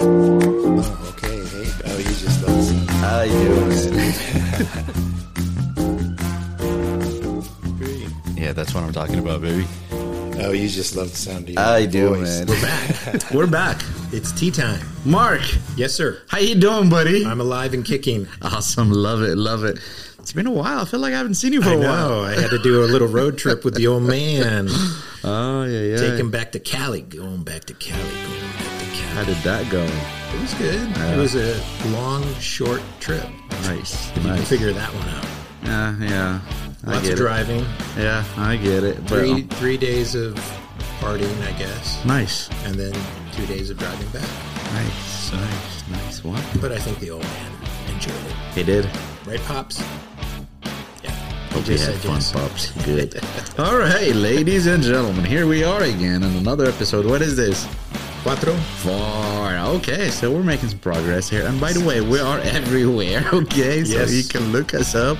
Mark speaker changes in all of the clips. Speaker 1: Oh, okay. Hey, oh, you just listen.
Speaker 2: I do. Yeah, that's what I'm talking about, baby.
Speaker 1: Oh, you just love the sound of your
Speaker 2: I do,
Speaker 1: voice.
Speaker 2: man.
Speaker 3: We're back. It's tea time.
Speaker 4: Mark,
Speaker 3: Yes, sir.
Speaker 4: how you doing, buddy?
Speaker 3: I'm alive and kicking.
Speaker 4: Awesome, love it, love it. It's been a while. I feel like I haven't seen you for
Speaker 3: I
Speaker 4: a
Speaker 3: know.
Speaker 4: while.
Speaker 3: I had to do a little road trip with the old man.
Speaker 4: Oh yeah, yeah.
Speaker 3: Take him back to Cali. Going back to Cali. Going back to
Speaker 4: How
Speaker 3: Cali.
Speaker 4: did that go?
Speaker 3: It was good. It was a long, short trip.
Speaker 4: Nice,
Speaker 3: You can
Speaker 4: nice.
Speaker 3: figure that one out.
Speaker 4: Yeah, yeah. I
Speaker 3: Lots
Speaker 4: get
Speaker 3: of driving.
Speaker 4: It. Yeah, I get it. But
Speaker 3: Three
Speaker 4: um,
Speaker 3: three days of partying, I guess,
Speaker 4: nice,
Speaker 3: and then two days of driving back.
Speaker 4: nice, nice, nice. What?
Speaker 3: But I think the old man enjoyed it.
Speaker 4: He did.
Speaker 3: Right, pops. Yeah.
Speaker 4: Hope you
Speaker 3: Yes,
Speaker 4: had
Speaker 3: I
Speaker 4: fun,
Speaker 3: guess.
Speaker 4: pops. Good. All right, ladies and gentlemen, here we are again in another episode. What is this?
Speaker 3: Cuatro.
Speaker 4: Four. Okay, so we're making some progress here. And by the way, we are everywhere. Okay, so
Speaker 3: Yes.
Speaker 4: you can look us up.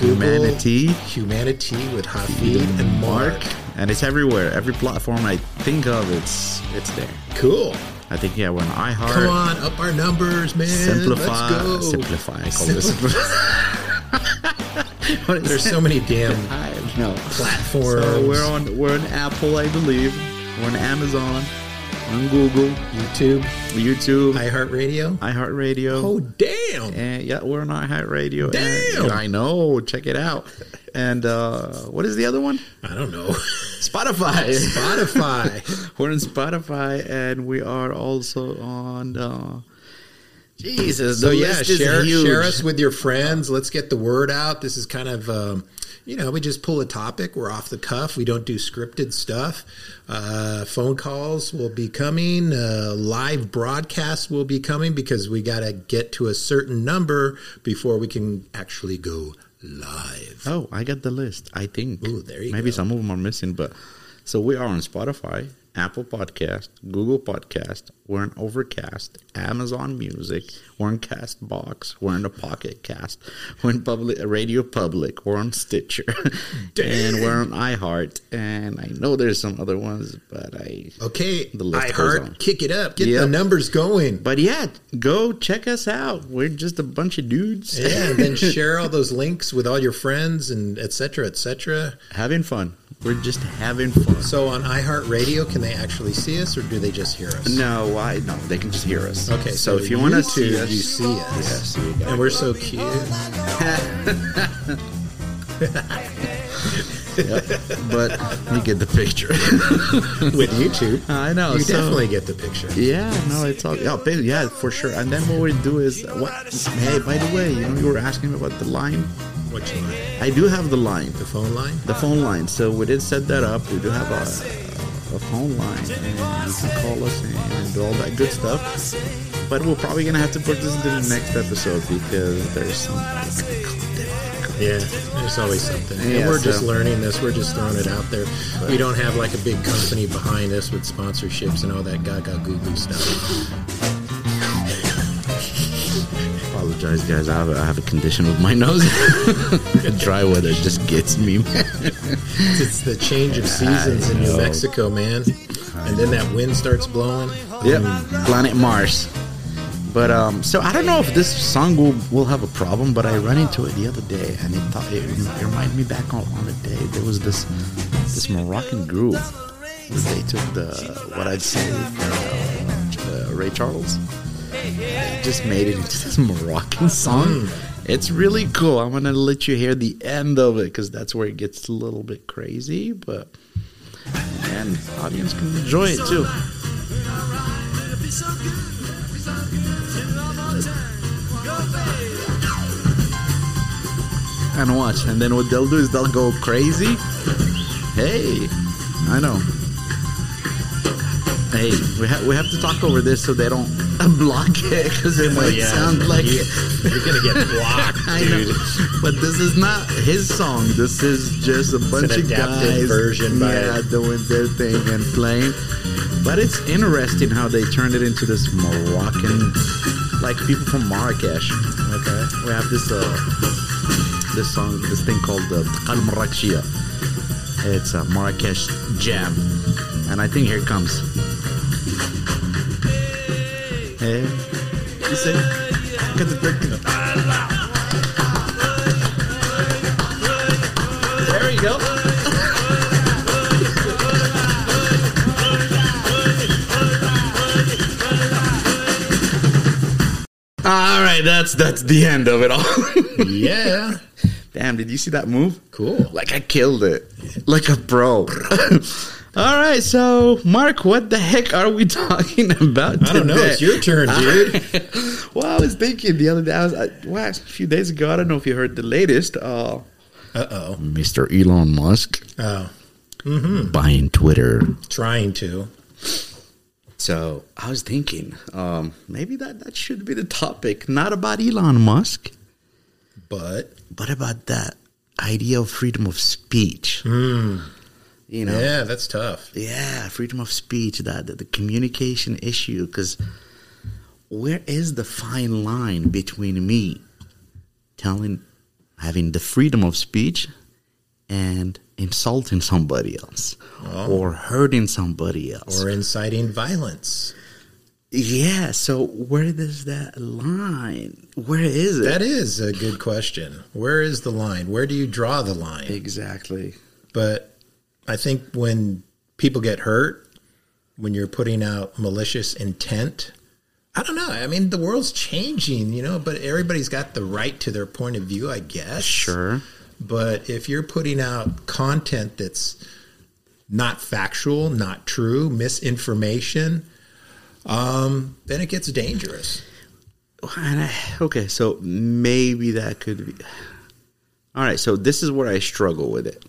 Speaker 3: Google
Speaker 4: Humanity.
Speaker 3: Humanity with Hafid and Mark.
Speaker 4: and it's everywhere. Every platform I think of, it's it's there.
Speaker 3: Cool.
Speaker 4: I think yeah, we're on iHeart.
Speaker 3: Come on, up our numbers, man.
Speaker 4: Simplify,
Speaker 3: Let's go.
Speaker 4: simplify. I call
Speaker 3: Simplify.
Speaker 4: this. what is
Speaker 3: There's
Speaker 4: it?
Speaker 3: so many damn
Speaker 4: I no.
Speaker 3: platforms.
Speaker 4: So we're on we're on Apple, I believe. We're on Amazon, we're on Google,
Speaker 3: YouTube,
Speaker 4: YouTube,
Speaker 3: iHeartRadio.
Speaker 4: iHeartRadio.
Speaker 3: Oh, damn.
Speaker 4: And yeah, we're on iHeartRadio.
Speaker 3: Damn!
Speaker 4: And I know. Check it out. And uh, what is the other one?
Speaker 3: I don't know.
Speaker 4: Spotify.
Speaker 3: Spotify.
Speaker 4: we're on Spotify, and we are also on. Uh, Jesus,
Speaker 3: so
Speaker 4: the
Speaker 3: yeah,
Speaker 4: list is
Speaker 3: share,
Speaker 4: huge.
Speaker 3: share us with your friends. Let's get the word out. This is kind of, um, you know, we just pull a topic. We're off the cuff. We don't do scripted stuff. Uh, phone calls will be coming. Uh, live broadcasts will be coming because we got to get to a certain number before we can actually go live.
Speaker 4: Oh, I got the list. I think.
Speaker 3: Ooh, there you
Speaker 4: Maybe
Speaker 3: go.
Speaker 4: some of them are missing, but so we are on Spotify, Apple Podcast, Google Podcast. We're on Overcast, Amazon Music. We're on Castbox. We're on the Pocket Cast. We're on Public Radio Public. We're on Stitcher, and we're on iHeart. And I know there's some otother ones, but I.
Speaker 3: Okay,
Speaker 4: The list
Speaker 3: I
Speaker 4: goes on.
Speaker 3: heard. Kick it up. Get the
Speaker 4: Yep.
Speaker 3: numbers going.
Speaker 4: But yeah, go check us out. We're just a bunch of dudes
Speaker 3: Yeah, and then share all those links with all your friends and et cetera, et cetera.
Speaker 4: having fun. We're just having fun.
Speaker 3: So on iHeartRadio, can they actually see us or do they just hear us?
Speaker 4: No, I no. They can just hear us.
Speaker 3: Okay,
Speaker 4: so, if you want to see
Speaker 3: you
Speaker 4: us, Oh,
Speaker 3: see
Speaker 4: Yes,
Speaker 3: us.
Speaker 4: you got
Speaker 3: and we're so cute.
Speaker 4: but you get the picture.
Speaker 3: With YouTube,
Speaker 4: I know.
Speaker 3: you
Speaker 4: so-
Speaker 3: definitely get the picture.
Speaker 4: Yeah, no, it's all. Yeah, ba- yeah, for sure. And then what we do is, what? Hey, by the way, you know, you were asking me about the line.
Speaker 3: What you want?
Speaker 4: I do have the line,
Speaker 3: The phone line?
Speaker 4: the phone line. So we did set that up. We do have a, a phone line, and you can call us and, and do all that good stuff. But we're probably gonna have to put this into the next episode because there's some.
Speaker 3: Yeah, there's always something. and
Speaker 4: Yeah,
Speaker 3: we're just
Speaker 4: so-
Speaker 3: learning this. We're just throwing it out there. We don't have like a big company behind us with sponsorships and all that gaga goo goo stuff.
Speaker 4: apologize, guys. I have, a, I have a condition with my nose. Dry weather just gets me.
Speaker 3: It's the change of seasons in New
Speaker 4: know.
Speaker 3: Mexico, man. And then that wind starts blowing.
Speaker 4: yep, planet Mars. But um, so I don't know if this song will, will have a problem, but I ran into it the other day, and it thought it, it reminded me back on, on the day there was this this Moroccan group. They took the what I'd say uh, Ray Charles. They just made it into this Moroccan song. It's really cool. I'm gonna let you hear the end of it because that's where it gets a little bit crazy, but and audience can enjoy it too. and watch. And then what they'll do is they'll go crazy. Hey, I know. Hey, we, ha- we have to talk over this so they don't block it because it might sound like
Speaker 3: you, are gonna get blocked,
Speaker 4: I
Speaker 3: dude.
Speaker 4: know, but this is not his song. This is just a bunch of
Speaker 3: adapted
Speaker 4: guys,
Speaker 3: version by-
Speaker 4: yeah, doing their thing and playing. But it's interesting how they turned it into this Moroccan like people from Marrakesh.
Speaker 3: Okay.
Speaker 4: We have this uh, this song, this thing called the Al Marrakechia. It's a Marrakesh jam, and I think here it comes. Hey, you say? Cause it's like- There you go. All right, that's that's the end of it all.
Speaker 3: Yeah.
Speaker 4: Damn, did you see that move?
Speaker 3: Cool.
Speaker 4: Like I killed it. Like a bro. All right, so Mark, what the heck are we talking about?
Speaker 3: I don't know.
Speaker 4: today?
Speaker 3: It's your turn, dude.
Speaker 4: well, I was thinking the other day. I was I, well, a few days ago. I don't know if you heard the latest. Uh,
Speaker 3: Uh oh.
Speaker 4: Mr. Elon Musk
Speaker 3: Oh,
Speaker 4: buying Twitter.
Speaker 3: trying to.
Speaker 4: So I was thinking, um, maybe that that should be the topic. Not about Elon Musk,
Speaker 3: But
Speaker 4: but about that idea of freedom of speech.
Speaker 3: Hmm.
Speaker 4: You know,
Speaker 3: yeah, that's tough.
Speaker 4: Yeah, freedom of speech, that, that the communication issue, because where is the fine line between me telling, having the freedom of speech and insulting somebody else or hurting somebody else?
Speaker 3: Or inciting violence.
Speaker 4: yeah, so where does that line, where is it?
Speaker 3: That is a good question. Where is the line? Where do you draw the line?
Speaker 4: exactly.
Speaker 3: But I think when people get hurt, when you're putting out malicious intent, I don't know. I mean, the world's changing, you know, but everybody's got the right to their point of view, I guess.
Speaker 4: Sure.
Speaker 3: But if you're putting out content that's not factual, not true, misinformation, um, then it gets dangerous.
Speaker 4: And I- okay, so maybe that could be. All right, so this is where I struggle with it.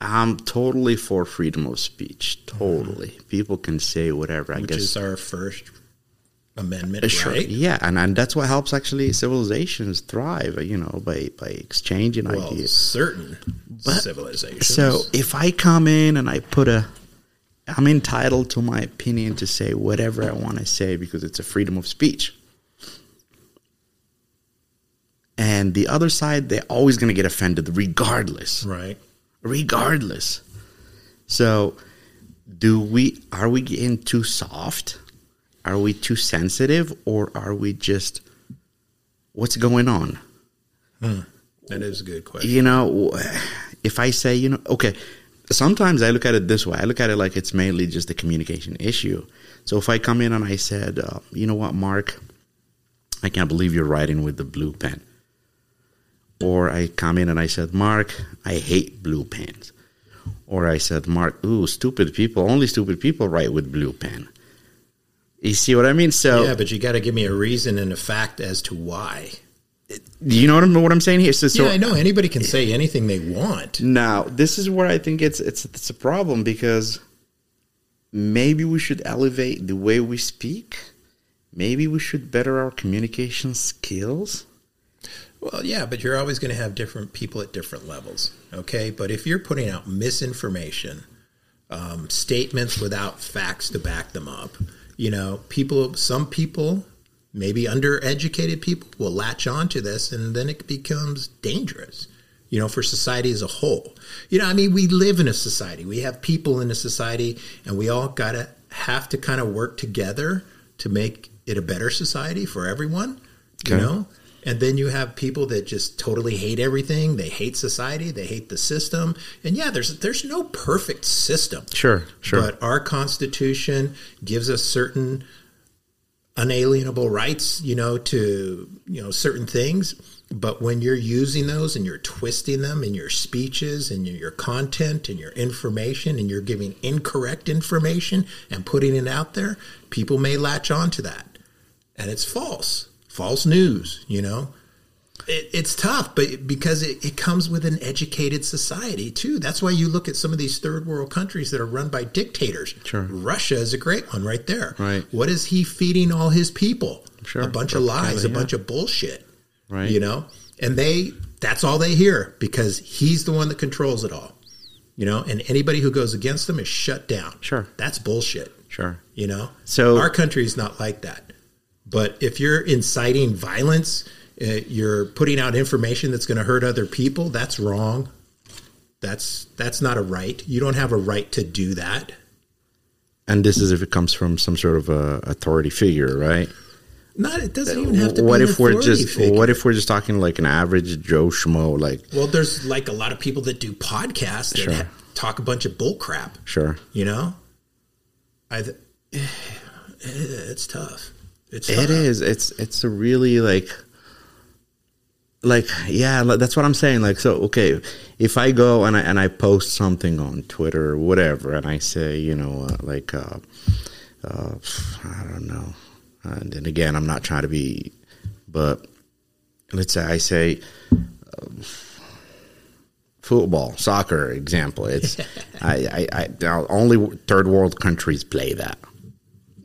Speaker 4: I'm totally for freedom of speech. Totally, people can say whatever. I
Speaker 3: Mm-hmm. which
Speaker 4: guess
Speaker 3: is our first amendment
Speaker 4: Uh, sure,
Speaker 3: right
Speaker 4: yeah, and, and that's what helps actually civilizations thrive. You know, by by exchanging
Speaker 3: well
Speaker 4: ideas.
Speaker 3: certain civilizations
Speaker 4: So if I come in and I put a, I'm entitled to my opinion to say whatever I want to say because it's a freedom of speech. And the other side, they're always going to get offended regardless.
Speaker 3: right
Speaker 4: Regardless. So do we, are we getting too soft? Are we too sensitive? Or are we just, what's going on?
Speaker 3: that is a good question
Speaker 4: you know, if I say, you know, okay, sometimes I look at it this way. I look at it like it's mainly just a communication issue. So if I come in and I said, uh, you know what, Mark, I can't believe you're writing with the blue pen. Or I come in and I said, Mark, I hate blue pens. Or I said, Mark, ooh, stupid people, only stupid people write with blue pen. You see what I mean? So
Speaker 3: yeah but you got to give me a reason and a fact as to why
Speaker 4: you know what I'm, what I'm saying here? So, so
Speaker 3: yeah i know anybody can say anything they want
Speaker 4: Now, this is where I think it's it's it's a problem because maybe we should elevate the way we speak. Maybe we should better our communication skills.
Speaker 3: well yeah but you're always going to have different people at different levels okay but if you're putting out misinformation um, statements without facts to back them up you know people some people maybe undereducated people will latch onto this and then it becomes dangerous you know for society as a whole you know i mean we live in a society we have people in a society and we all gotta have to kind of work together to make it a better society for everyone you
Speaker 4: Okay.
Speaker 3: know and then you have people that just totally hate everything they hate society they hate the system and yeah there's there's no perfect system
Speaker 4: Sure,
Speaker 3: but our Constitution gives us certain unalienable rights, you know, to you know certain things. But when you're using those and you're twisting them in your speeches and your, your content and your information and you're giving incorrect information and putting it out there, people may latch on to that, and it's false, false news, you know it, it's tough, but because it, it comes with an educated society too. That's why you look at some of these third world countries that are run by dictators.
Speaker 4: Sure.
Speaker 3: Russia is a great one right there.
Speaker 4: Right.
Speaker 3: What is he feeding all his people?
Speaker 4: Sure.
Speaker 3: A bunch of lies, a bunch of bullshit.
Speaker 4: Right.
Speaker 3: You know, and they that's all they hear because he's the one that controls it all. You know, and anybody who goes against them is shut down.
Speaker 4: Sure.
Speaker 3: That's bullshit.
Speaker 4: sure.
Speaker 3: You know,
Speaker 4: So-
Speaker 3: our country is not like that. But if you're inciting violence, uh, you're putting out information that's going to hurt other people. That's wrong. That's that's not a right. You don't have a right to do that.
Speaker 4: And this is if it comes from some sort of uh, authority figure, right?
Speaker 3: Not it doesn't even have to.
Speaker 4: Uh, what
Speaker 3: be an
Speaker 4: if we're
Speaker 3: authority
Speaker 4: just
Speaker 3: figure.
Speaker 4: what if we're just talking like an average Joe schmo? Like,
Speaker 3: Well, there's like a lot of people that do podcasts that
Speaker 4: Sure.
Speaker 3: ha- talk a bunch of bull crap.
Speaker 4: sure,
Speaker 3: You know, I. Th- it's tough. It's
Speaker 4: it is. It's it's a really like, like yeah, li- that's what I'm saying. Like, so okay, if I go and I and I post something on Twitter or whatever, and I say you know uh, like, uh, uh, I don't know, and then again, I'm not trying to be, but let's say I say um, football, soccer example. It's I, I, I now only third world countries play that.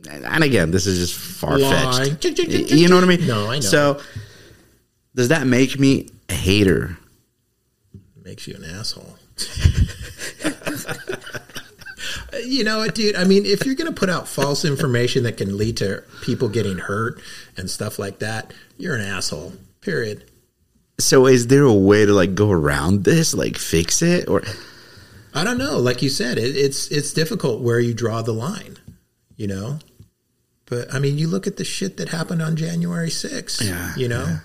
Speaker 4: And and again, this is just far
Speaker 3: Lie.
Speaker 4: fetched. You know what I mean?
Speaker 3: No, I know.
Speaker 4: So does that make me a hater?
Speaker 3: makes you an asshole. you know what, dude? I mean, if you're going to put out false information that can lead to people getting hurt and stuff like that, you're an asshole. Period.
Speaker 4: So is there a way to like go around this, like fix it, or
Speaker 3: I don't know. Like you said, it, it's it's difficult where you draw the line, you know. But I mean, you look at the shit that happened on January 6th.
Speaker 4: Yeah,
Speaker 3: you know,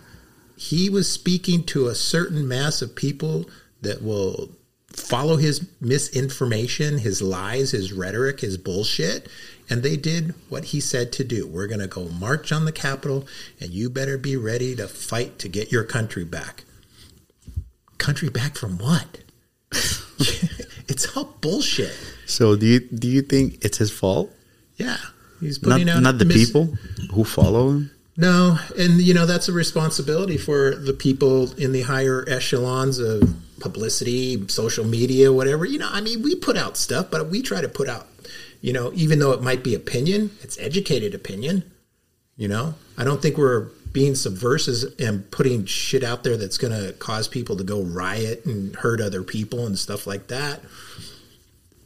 Speaker 3: he was speaking to a certain mass of people that will follow his misinformation, his lies, his rhetoric, his bullshit, and they did what he said to do. We're going to go march on the Capitol, and you better be ready to fight to get your country back. Country back from what? it's all bullshit.
Speaker 4: so? Do you do you think it's his fault?
Speaker 3: Yeah, he's putting
Speaker 4: Not
Speaker 3: out
Speaker 4: not the
Speaker 3: mis-
Speaker 4: people who follow him.
Speaker 3: No, and you know that's a responsibility for the people in the higher echelons of publicity, social media, whatever. You know, I mean, we put out stuff, but we try to put out, you know, even though it might be opinion, it's educated opinion. You know, I don't think we're being subversive and putting shit out there that's going to cause people to go riot and hurt other people and stuff like that.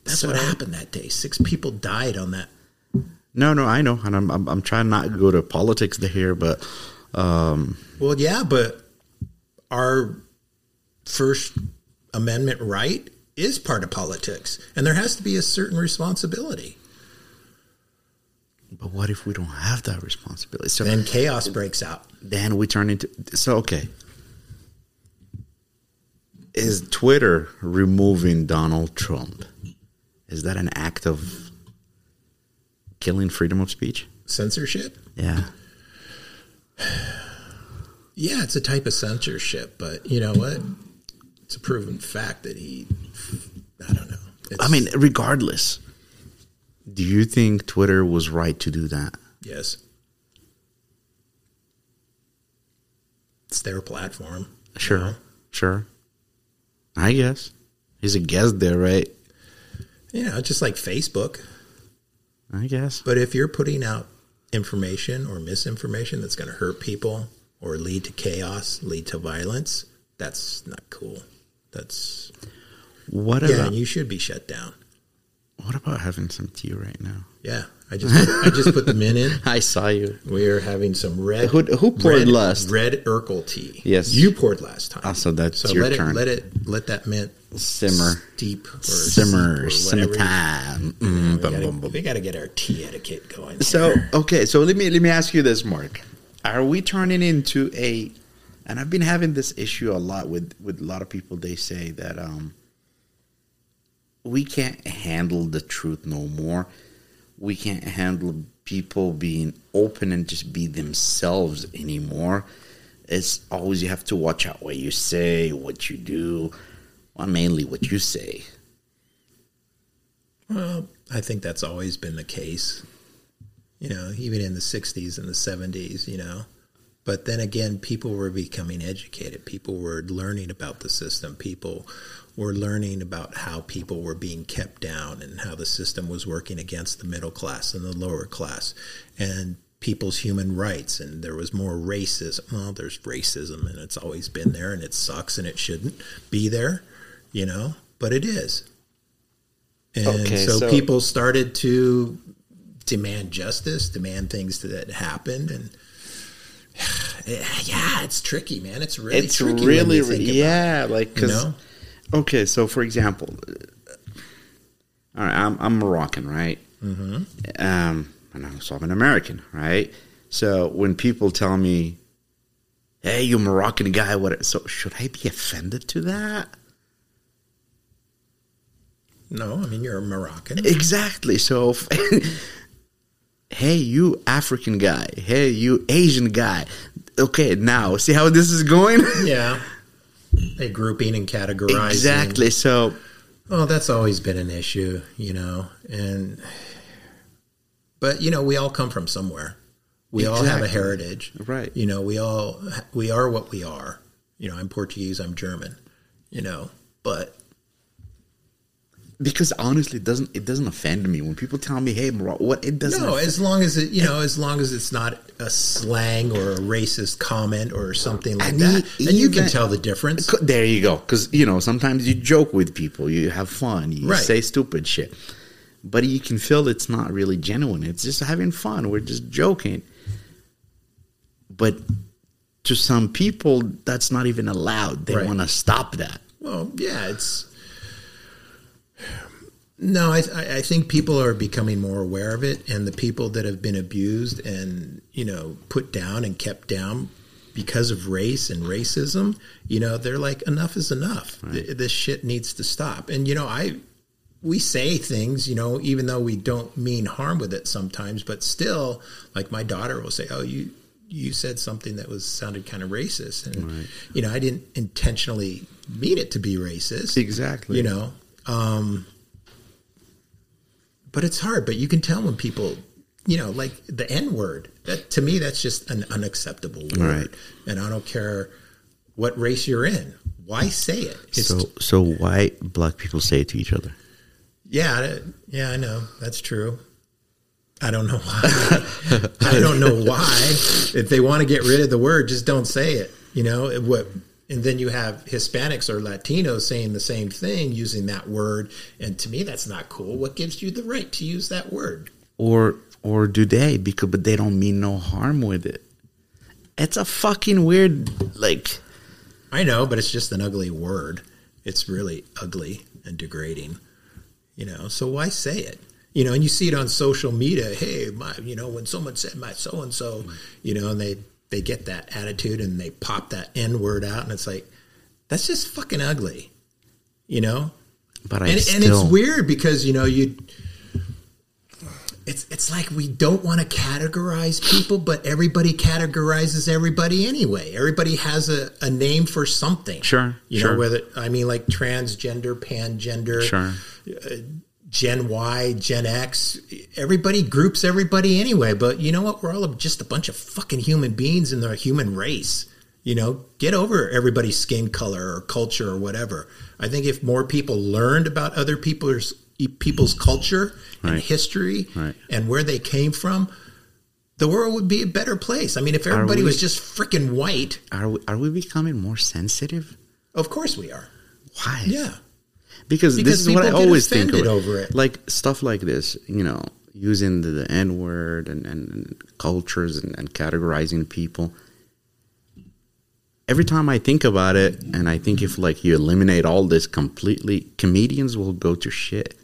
Speaker 3: That's what happened that day. Six people died on that
Speaker 4: No, no, I know, and I'm I'm, I'm trying not to go to politics here, but
Speaker 3: Well, yeah, but our First Amendment right is part of politics, and there has to be a certain responsibility.
Speaker 4: but what if we don't have that responsibility? So
Speaker 3: Then chaos breaks out.
Speaker 4: then we turn into so okay is twitter removing donald trump is that an act of killing freedom of speech
Speaker 3: Censorship?
Speaker 4: yeah
Speaker 3: Yeah, it's a type of censorship, but you know what? It's a proven fact that he, I don't know. It's,
Speaker 4: i mean regardless do you think twitter was right to do that
Speaker 3: yes. It's their platform.
Speaker 4: sure sure i guess he's a guest there right
Speaker 3: You know, just like Facebook.
Speaker 4: i guess
Speaker 3: But if you're putting out information or misinformation that's going to hurt people or lead to chaos, lead to violence, that's not cool. That's
Speaker 4: what
Speaker 3: yeah,
Speaker 4: about
Speaker 3: and you should be shut down.
Speaker 4: what about having some tea right now
Speaker 3: Yeah, I just I just put the men in.
Speaker 4: i saw you
Speaker 3: We are having some red.
Speaker 4: Who- who poured
Speaker 3: red,
Speaker 4: last?
Speaker 3: Red Urkel tea.
Speaker 4: Yes.
Speaker 3: you poured last time.
Speaker 4: Ah, so that's
Speaker 3: so
Speaker 4: your
Speaker 3: let
Speaker 4: turn.
Speaker 3: It, let it let that mint
Speaker 4: simmer
Speaker 3: steep or
Speaker 4: simmer
Speaker 3: steep or whatever.
Speaker 4: summertime.
Speaker 3: We
Speaker 4: Mm, bum, bum,
Speaker 3: gotta,
Speaker 4: bum.
Speaker 3: we gotta get our tea etiquette going.
Speaker 4: So
Speaker 3: here.
Speaker 4: okay, so let me let me ask you this, Mark. Are we turning into a? And I've been having this issue a lot with with a lot of people. They say that um, we can't handle the truth no more. We can't handle people being open and just be themselves anymore. It's always you have to watch out what you say, what you do, well, mainly what you say.
Speaker 3: Well, I think that's always been the case. You know, even in the 60s and the 70s, you know. But then again, people were becoming educated. People were learning about the system. People were learning about how people were being kept down and how the system was working against the middle class and the lower class and people's human rights. And there was more racism. Well, there's racism and it's always been there and it sucks and it shouldn't be there, you know, but it is. And
Speaker 4: Okay,
Speaker 3: so,
Speaker 4: so-
Speaker 3: people started to demand justice, demand things that happened, and Eh, yeah, it's tricky, man. It's really
Speaker 4: it's
Speaker 3: tricky. when
Speaker 4: really,
Speaker 3: you think about it,
Speaker 4: yeah, like
Speaker 3: you
Speaker 4: because
Speaker 3: know?
Speaker 4: okay, so for example, uh, all right, I'm I'm Moroccan, right? Mm-hmm. Um, and I'm, so I'm an American, right? So when people tell me, "Hey, you Moroccan guy," what? So should I be offended to that?
Speaker 3: No, I mean you're a Moroccan.
Speaker 4: Exactly. So, if- hey, you African guy. Hey, you Asian guy. Okay, now see how this is going.
Speaker 3: yeah. They grouping and categorizing.
Speaker 4: exactly. So
Speaker 3: Well, that's always been an issue, you know, and but you know, we all come from somewhere. We all have a
Speaker 4: Exactly.
Speaker 3: heritage,
Speaker 4: Right.
Speaker 3: You know, we all we are what we are. You know, I'm Portuguese, I'm German, you know, but
Speaker 4: because honestly, it doesn't it doesn't offend me when people tell me, "Hey, Morocco," what it doesn't.
Speaker 3: no,
Speaker 4: offend-
Speaker 3: as long as it, you know, as long as it's not a slang or a racist comment or something like
Speaker 4: And
Speaker 3: that,
Speaker 4: e-
Speaker 3: and you can
Speaker 4: even-
Speaker 3: tell the difference.
Speaker 4: Co- there you go. Because you know, sometimes you joke with people, you have fun, you
Speaker 3: Right.
Speaker 4: say stupid shit, but you can feel it's not really genuine. It's just having fun. We're just joking. But to some people, that's not even allowed. They
Speaker 3: Right.
Speaker 4: want to stop that.
Speaker 3: Well, yeah, it's. No, I, I I think people are becoming more aware of it, and the people that have been abused and you know put down and kept down because of race and racism, you know, they're like, enough is enough. Th- this shit needs to stop. And you know, I we say things, you know, even though we don't mean harm with it sometimes, but still, like my daughter will say, "Oh, you you said something that was sounded kind of racist," and you know, I didn't intentionally mean it to be racist,
Speaker 4: Exactly.
Speaker 3: You know, um, but it's hard. But you can tell when people, you know, like the N word. That to me, that's just an unacceptable word,
Speaker 4: Right.
Speaker 3: and I don't care what race you're in. Why say it? It's
Speaker 4: so, so why black people say it to each other?
Speaker 3: yeah, I- yeah, I know that's true. I don't know why. I don't know why. If they want to get rid of the word, just don't say it. You know It- what? And then you have Hispanics or Latinos saying the same thing using that word, and to me, that's not cool. What gives you the right to use that word?
Speaker 4: or or do they because but they don't mean no harm with it it's a fucking weird like
Speaker 3: I know, but it's just an ugly word. It's really ugly and degrading, you know. So why say it? You know, and you see it on social media. Hey, my, you know, when someone said my so and so, you know, and they they get that attitude and they pop that n word out, and it's like that's just fucking ugly, you know.
Speaker 4: but i
Speaker 3: And,
Speaker 4: still
Speaker 3: and it's weird because you know you. It's it's like we don't want to categorize people, but everybody categorizes everybody anyway. Everybody has a, a name for something.
Speaker 4: Sure,
Speaker 3: you
Speaker 4: sure.
Speaker 3: know whether I mean like transgender, pangender,
Speaker 4: sure
Speaker 3: Gen Y, Gen X. Everybody groups everybody anyway. But you know what? We're all just a bunch of fucking human beings in the human race. You know, get over everybody's skin color or culture or whatever. I think if more people learned about other people's e, people's culture and
Speaker 4: Right.
Speaker 3: history
Speaker 4: Right.
Speaker 3: and where they came from, the world would be a better place. I mean, if everybody
Speaker 4: we-
Speaker 3: was just freaking white,
Speaker 4: are we, are we becoming more sensitive
Speaker 3: of course we are.
Speaker 4: why
Speaker 3: Yeah.
Speaker 4: because,
Speaker 3: Because
Speaker 4: this is what i
Speaker 3: people get
Speaker 4: always think of
Speaker 3: offended over it.
Speaker 4: like stuff like this you know using the, the n word and, and, and cultures and, and categorizing people every time i think about it and i think if like you eliminate all this completely comedians will go to shit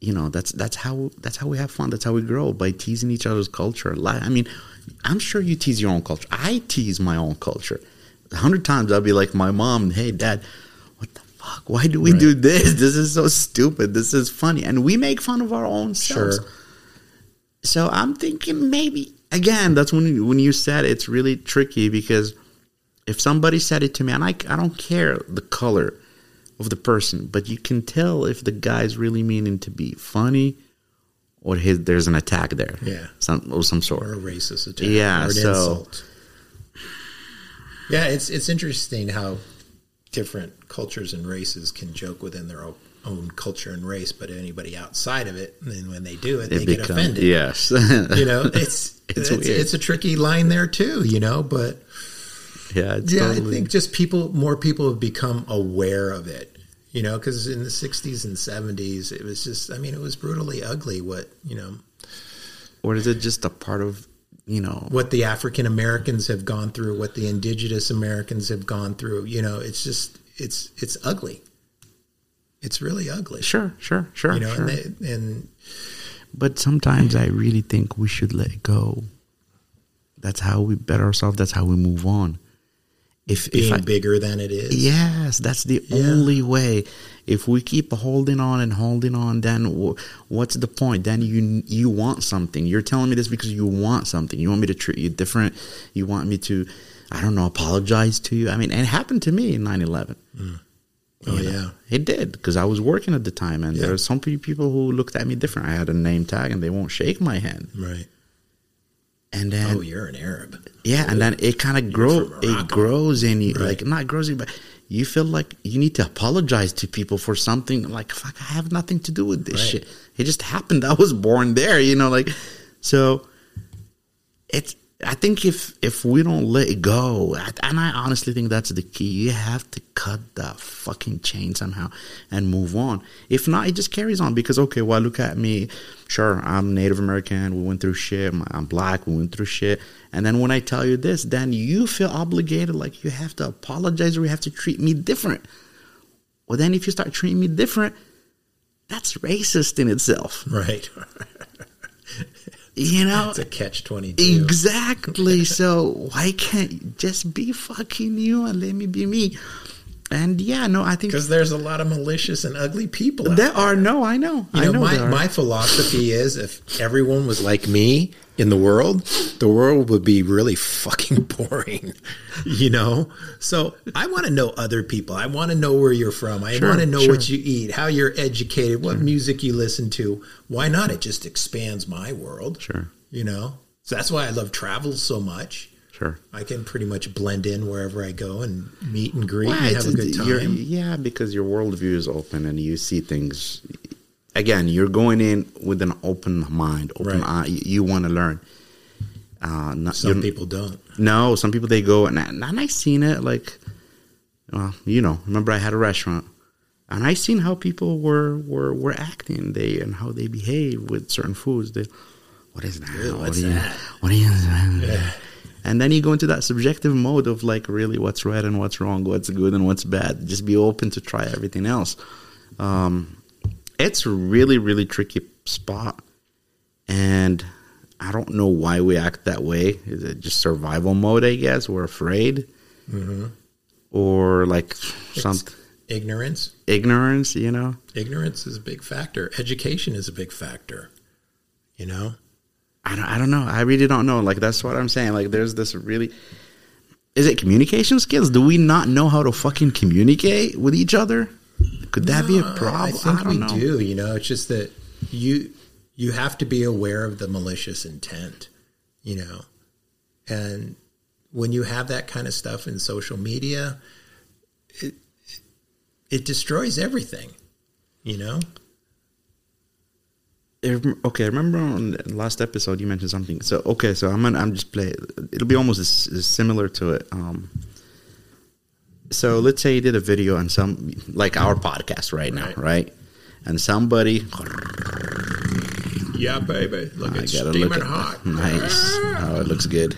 Speaker 4: you know that's that's how that's how we have fun that's how we grow by teasing each other's culture Like, i mean i'm sure you tease your own culture i tease my own culture a hundred times i'll be like my mom hey dad what the fuck why do we do this this is so stupid this is funny and we make fun of our own selves
Speaker 3: Sure.
Speaker 4: so i'm thinking maybe again that's when you, when you said it's really tricky because if somebody said it to me and I, I don't care the color of the person but you can tell if the guy's really meaning to be funny or his there's an attack there
Speaker 3: Yeah.
Speaker 4: some or some
Speaker 3: or
Speaker 4: sort
Speaker 3: a racist attack
Speaker 4: Yeah,
Speaker 3: or an
Speaker 4: so-
Speaker 3: insult. Yeah, it's it's interesting how different cultures and races can joke within their own, own culture and race, but anybody outside of it, and then when they do it, they get
Speaker 4: become-
Speaker 3: offended.
Speaker 4: yes
Speaker 3: You know, it's
Speaker 4: It's
Speaker 3: it's
Speaker 4: weird.
Speaker 3: it's a tricky line there too. You know, but
Speaker 4: yeah it's
Speaker 3: yeah,
Speaker 4: totally-
Speaker 3: I think just people, more people have become aware of it. You know, because in the '60s and '70s, it was just—I mean, it was brutally ugly. What you know,
Speaker 4: or is it just a part of you know,
Speaker 3: what the African Americans have gone through, what the indigenous Americans have gone through. You know, it's just it's it's ugly. It's really ugly.
Speaker 4: sure, sure, sure.
Speaker 3: You know,
Speaker 4: sure.
Speaker 3: and, they, and
Speaker 4: but sometimes I really think we should let it go. That's how we better ourselves. That's how we move on. If
Speaker 3: being
Speaker 4: if I,
Speaker 3: bigger than it is.
Speaker 4: yes, that's the only way. If we keep holding on and holding on, then w- what's the point? Then you you want something. You're telling me this because you want something. You want me to treat you different. You want me to, I don't know, apologize to you. I mean, and it happened to me in 9-11.
Speaker 3: Oh
Speaker 4: You know,
Speaker 3: yeah.
Speaker 4: It did because I was working at the time, and there
Speaker 3: Yeah.
Speaker 4: were some pe- people who looked at me different. I had a name tag, and they won't shake my hand.
Speaker 3: Right.
Speaker 4: And then,
Speaker 3: Oh, you're an Arab.
Speaker 4: yeah, and then it kind of grow,
Speaker 3: from Morocco.
Speaker 4: it grows in you,
Speaker 3: Right.
Speaker 4: like not grows in you, but you feel like you need to apologize to people for something. Like fuck, I have nothing to do with this
Speaker 3: Right.
Speaker 4: shit. It just happened. I was born there, you know. Like so, it's. I think if if we don't let it go, I- and I honestly think that's the key. You have to cut that fucking chain somehow and move on. If not, it just carries on because okay, well, look at me. Sure, I'm Native American. We went through shit. I'm- I'm black. We went through shit. And then when I tell you this, then you feel obligated, like you have to apologize or you have to treat me different. Well, then if you start treating me different, that's racist in itself.
Speaker 3: Right.
Speaker 4: You know,
Speaker 3: It's a catch twenty two.
Speaker 4: Exactly. so why can't you just be fucking you and let me be me? And yeah, no, I think
Speaker 3: Because there's a lot of malicious and ugly people. out
Speaker 4: there are no. I know.
Speaker 3: You
Speaker 4: I
Speaker 3: know,
Speaker 4: know.
Speaker 3: my,
Speaker 4: there are.
Speaker 3: my philosophy is if everyone was like me in the world, the world would be really fucking boring, you know? So I want to know other people. I want to know where you're from. I
Speaker 4: Sure,
Speaker 3: want to know
Speaker 4: sure.
Speaker 3: what you eat, how you're educated, what music you listen to. Why not? It just expands my world.
Speaker 4: Sure.
Speaker 3: You know? So that's why I love travel so much.
Speaker 4: sure.
Speaker 3: I can pretty much blend in wherever I go and meet and greet
Speaker 4: Well,
Speaker 3: and
Speaker 4: it's-
Speaker 3: have a good
Speaker 4: you're-
Speaker 3: time.
Speaker 4: Yeah, because your worldview is open and you see things. Again, you're going in with an open mind, open
Speaker 3: Right.
Speaker 4: eye. You, want to learn. Uh, not,
Speaker 3: Some
Speaker 4: you're-
Speaker 3: people don't.
Speaker 4: No, some people they go and, and I seen it like, well, you know, remember I had a restaurant, and I seen how people were were were acting they and how they behave with certain foods. They, what is that? what
Speaker 3: what's
Speaker 4: are you,
Speaker 3: that?
Speaker 4: What are you? And then you go into that subjective mode of like, really, what's right and what's wrong, what's good and what's bad. Just be open to try everything else. Um, it's a really, really tricky spot and I don't know why we act that way. Is it just survival mode? I guess we're afraid,
Speaker 3: Mm-hmm.
Speaker 4: or like some
Speaker 3: It's ignorance.
Speaker 4: ignorance. You know,
Speaker 3: ignorance is a big factor education is a big factor you know
Speaker 4: I don't. I don't know. I really don't know. Like that's what I'm saying. Like there's this really. Is it communication skills? Do we not know how to fucking communicate with each other? Could that be a
Speaker 3: Uh,
Speaker 4: problem?
Speaker 3: i think
Speaker 4: don't
Speaker 3: we
Speaker 4: know.
Speaker 3: do you know it's just that you you have to be aware of the malicious intent you know and when you have that kind of stuff in social media it it destroys everything you know
Speaker 4: If- okay, remember on the last episode you mentioned something. So okay, so I'm gonna, I'm just play. It'll be almost as, as similar to it. Um, so let's say you did a video on some like our podcast right now,
Speaker 3: Right.
Speaker 4: right? And somebody
Speaker 3: yeah baby look
Speaker 4: I gotta look at that. Nice. Oh, it looks good.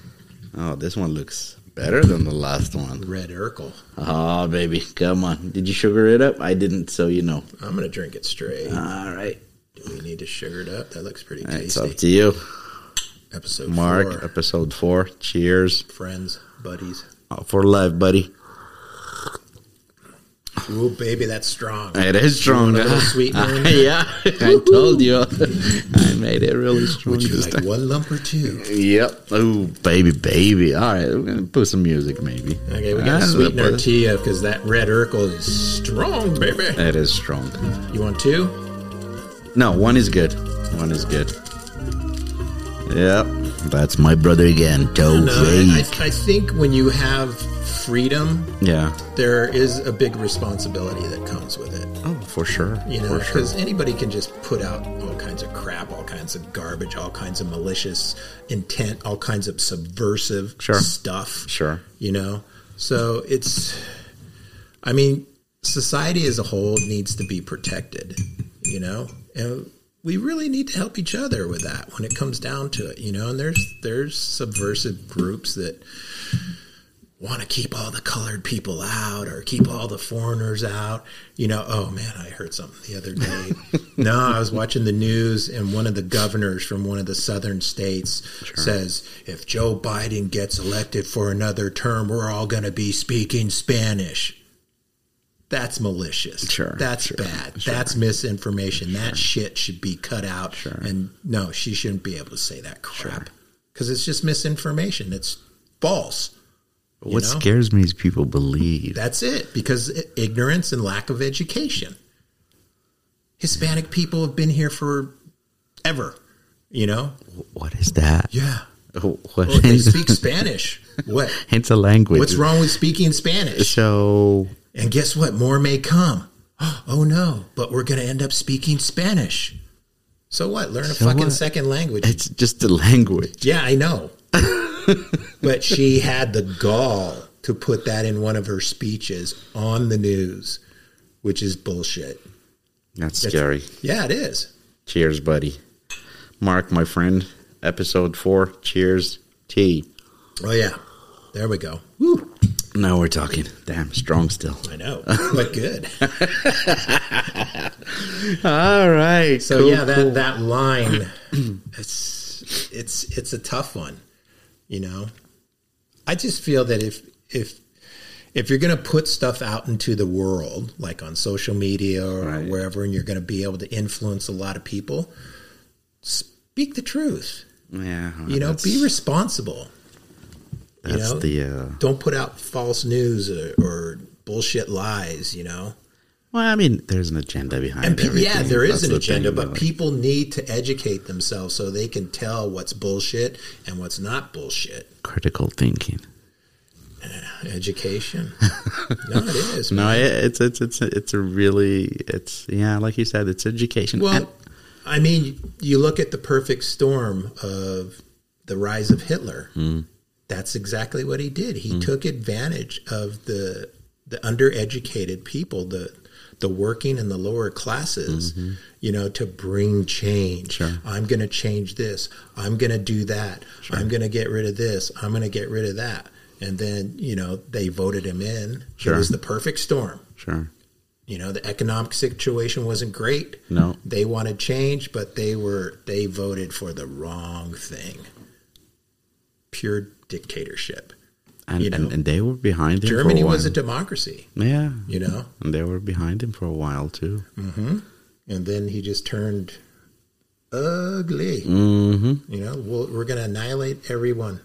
Speaker 4: oh, this one looks better than the last one.
Speaker 3: red urkel
Speaker 4: Oh, baby, come on. Did you sugar it up? I didn't, so you know.
Speaker 3: i'm gonna drink it straight
Speaker 4: All right,
Speaker 3: do we need to sugar it up that looks pretty
Speaker 4: it's
Speaker 3: tasty
Speaker 4: up to you,
Speaker 3: episode
Speaker 4: Mark.
Speaker 3: four.
Speaker 4: Episode four. Cheers.
Speaker 3: friends, buddies.
Speaker 4: Oh, for life, buddy.
Speaker 3: Ooh, baby, that's strong.
Speaker 4: It is
Speaker 3: want
Speaker 4: strong.
Speaker 3: a little
Speaker 4: huh?
Speaker 3: sweet one in there?
Speaker 4: yeah, I told you. I made it really strong.
Speaker 3: Would you
Speaker 4: this
Speaker 3: like
Speaker 4: time.
Speaker 3: one lump or two?
Speaker 4: Yep. Oh, baby, baby. All right, we're gonna put some music, maybe.
Speaker 3: Okay, we gotta
Speaker 4: Ah,
Speaker 3: sweeten our
Speaker 4: but-
Speaker 3: tea up because that red Urkel is strong, baby.
Speaker 4: It is strong.
Speaker 3: You want two?
Speaker 4: No, one is good. One is good. Yep, that's my brother again, Toe
Speaker 3: No, I, I I think when you have freedom,
Speaker 4: Yeah.
Speaker 3: there is a big responsibility that comes with it.
Speaker 4: Oh, for sure.
Speaker 3: You know,
Speaker 4: for sure.
Speaker 3: because anybody can just put out all kinds of crap, all kinds of garbage, all kinds of malicious intent, all kinds of subversive
Speaker 4: Sure.
Speaker 3: stuff.
Speaker 4: Sure.
Speaker 3: you know so it's i mean society as a whole needs to be protected you know and we really need to help each other with that when it comes down to it, you know. And there's there's subversive groups that want to keep all the colored people out or keep all the foreigners out. You know, oh man, I heard something the other day. no, I was watching the news and one of the governors from one of the southern states says, if Joe Biden gets elected for another term, we're all going to be speaking Spanish. That's malicious.
Speaker 4: Sure,
Speaker 3: That's
Speaker 4: sure,
Speaker 3: bad. That's misinformation. That shit should be cut out. And no, she shouldn't be able to say that crap because it's just misinformation. It's false.
Speaker 4: But what
Speaker 3: know?
Speaker 4: scares me is people believe.
Speaker 3: That's it, because i- ignorance and lack of education. Hispanic people have been here for ever, you know?
Speaker 4: What is that?
Speaker 3: Yeah.
Speaker 4: Oh, What
Speaker 3: Well, they
Speaker 4: is-
Speaker 3: speak Spanish. What?
Speaker 4: it's a language.
Speaker 3: What's wrong with speaking Spanish?
Speaker 4: So
Speaker 3: And guess what? More may come. Oh no, but we're going to end up speaking Spanish. So what? Learn a
Speaker 4: So
Speaker 3: fucking
Speaker 4: what?
Speaker 3: second language.
Speaker 4: it's just a language.
Speaker 3: Yeah, I know. but she had the gall to put that in one of her speeches on the news, which is bullshit.
Speaker 4: That's scary.
Speaker 3: Yeah, it is.
Speaker 4: Cheers, buddy. Mark, my friend. Episode four. Cheers. Tea.
Speaker 3: Oh yeah. There we go. Woo.
Speaker 4: Now we're talking. Damn, strong still.
Speaker 3: I know. But good.
Speaker 4: All right.
Speaker 3: So
Speaker 4: cool,
Speaker 3: yeah, that
Speaker 4: cool.
Speaker 3: that line it's it's it's a tough one, you know. I just feel that if if if you're going to put stuff out into the world like on social media or
Speaker 4: Right.
Speaker 3: wherever and you're going to be able to influence a lot of people, speak the truth.
Speaker 4: yeah,
Speaker 3: You know,
Speaker 4: that's-
Speaker 3: be responsible. you
Speaker 4: That's
Speaker 3: know?
Speaker 4: the. Uh,
Speaker 3: Don't put out false news or, or bullshit lies, you know.
Speaker 4: well, I mean, there's an agenda behind.
Speaker 3: And pe- yeah,
Speaker 4: everything.
Speaker 3: there is
Speaker 4: That's
Speaker 3: an
Speaker 4: the
Speaker 3: agenda,
Speaker 4: thing,
Speaker 3: but
Speaker 4: like-
Speaker 3: people need to educate themselves so they can tell what's bullshit and what's not bullshit.
Speaker 4: critical thinking.
Speaker 3: Education. no, it is.
Speaker 4: No,
Speaker 3: man.
Speaker 4: it, it's it's it's it's a really it's yeah, like you said, it's education. And-
Speaker 3: Well, I mean, you look at the perfect storm of the rise of Hitler.
Speaker 4: Hmm.
Speaker 3: That's exactly what he did. He took advantage of the the undereducated people, the the working and the lower classes,
Speaker 4: Mm-hmm.
Speaker 3: you know, to bring change. I'm going to change this. I'm going to do that. I'm going to get rid of this. I'm going to get rid of that. And then, you know, they voted him in.
Speaker 4: Sure.
Speaker 3: It was the perfect storm.
Speaker 4: sure.
Speaker 3: You know, the economic situation wasn't great
Speaker 4: No,
Speaker 3: they wanted change, but they were they voted for the wrong thing. Pure dictatorship.
Speaker 4: and,
Speaker 3: You know.
Speaker 4: and, and they were behind him.
Speaker 3: Germany
Speaker 4: for a while.
Speaker 3: was a democracy,
Speaker 4: yeah,
Speaker 3: you know,
Speaker 4: and they were behind him for a while too.
Speaker 3: and then he just turned ugly.
Speaker 4: hmm
Speaker 3: You know, we'll, we're going to annihilate everyone,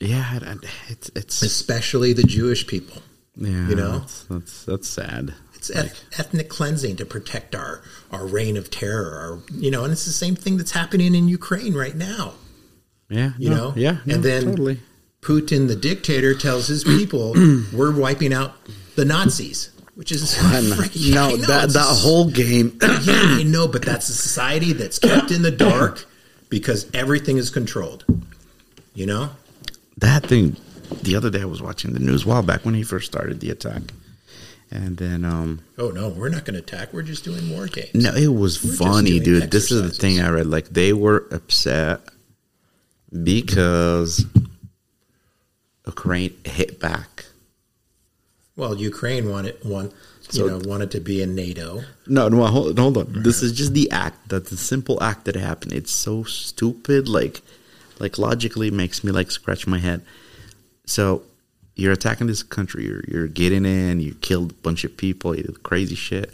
Speaker 4: Yeah, and- and it's it's
Speaker 3: especially the Jewish people.
Speaker 4: yeah,
Speaker 3: you know?
Speaker 4: that's that's, that's sad.
Speaker 3: It's eth- ethnic cleansing to protect our our reign of terror. Our, you know, and it's the same thing that's happening in Ukraine right now.
Speaker 4: Yeah,
Speaker 3: You
Speaker 4: no,
Speaker 3: know?
Speaker 4: yeah,
Speaker 3: And
Speaker 4: no,
Speaker 3: then-
Speaker 4: totally.
Speaker 3: Putin, the dictator, tells his people, "We're wiping out the Nazis," which is freaking, I
Speaker 4: no,
Speaker 3: know,
Speaker 4: that
Speaker 3: it's-
Speaker 4: that whole game.
Speaker 3: yeah, I know, but that's a society that's kept in the dark because everything is controlled. You know,
Speaker 4: that thing the other day I was watching the news a while back when he first started the attack. And then um
Speaker 3: oh no, we're not going to attack. We're just doing war games.
Speaker 4: no it was
Speaker 3: just
Speaker 4: funny
Speaker 3: doing
Speaker 4: dude. This is the
Speaker 3: exercises.
Speaker 4: thing I read like they were upset because Ukraine hit back.
Speaker 3: Well, Ukraine wanted want
Speaker 4: So-
Speaker 3: you know wanted to be in NATO.
Speaker 4: No, no, hold, hold on. This is just the act that the simple act that happened. It's so stupid. Like, like logically makes me like scratch my head. So you're attacking this country. You're you're getting in. You killed a bunch of people. You did crazy shit.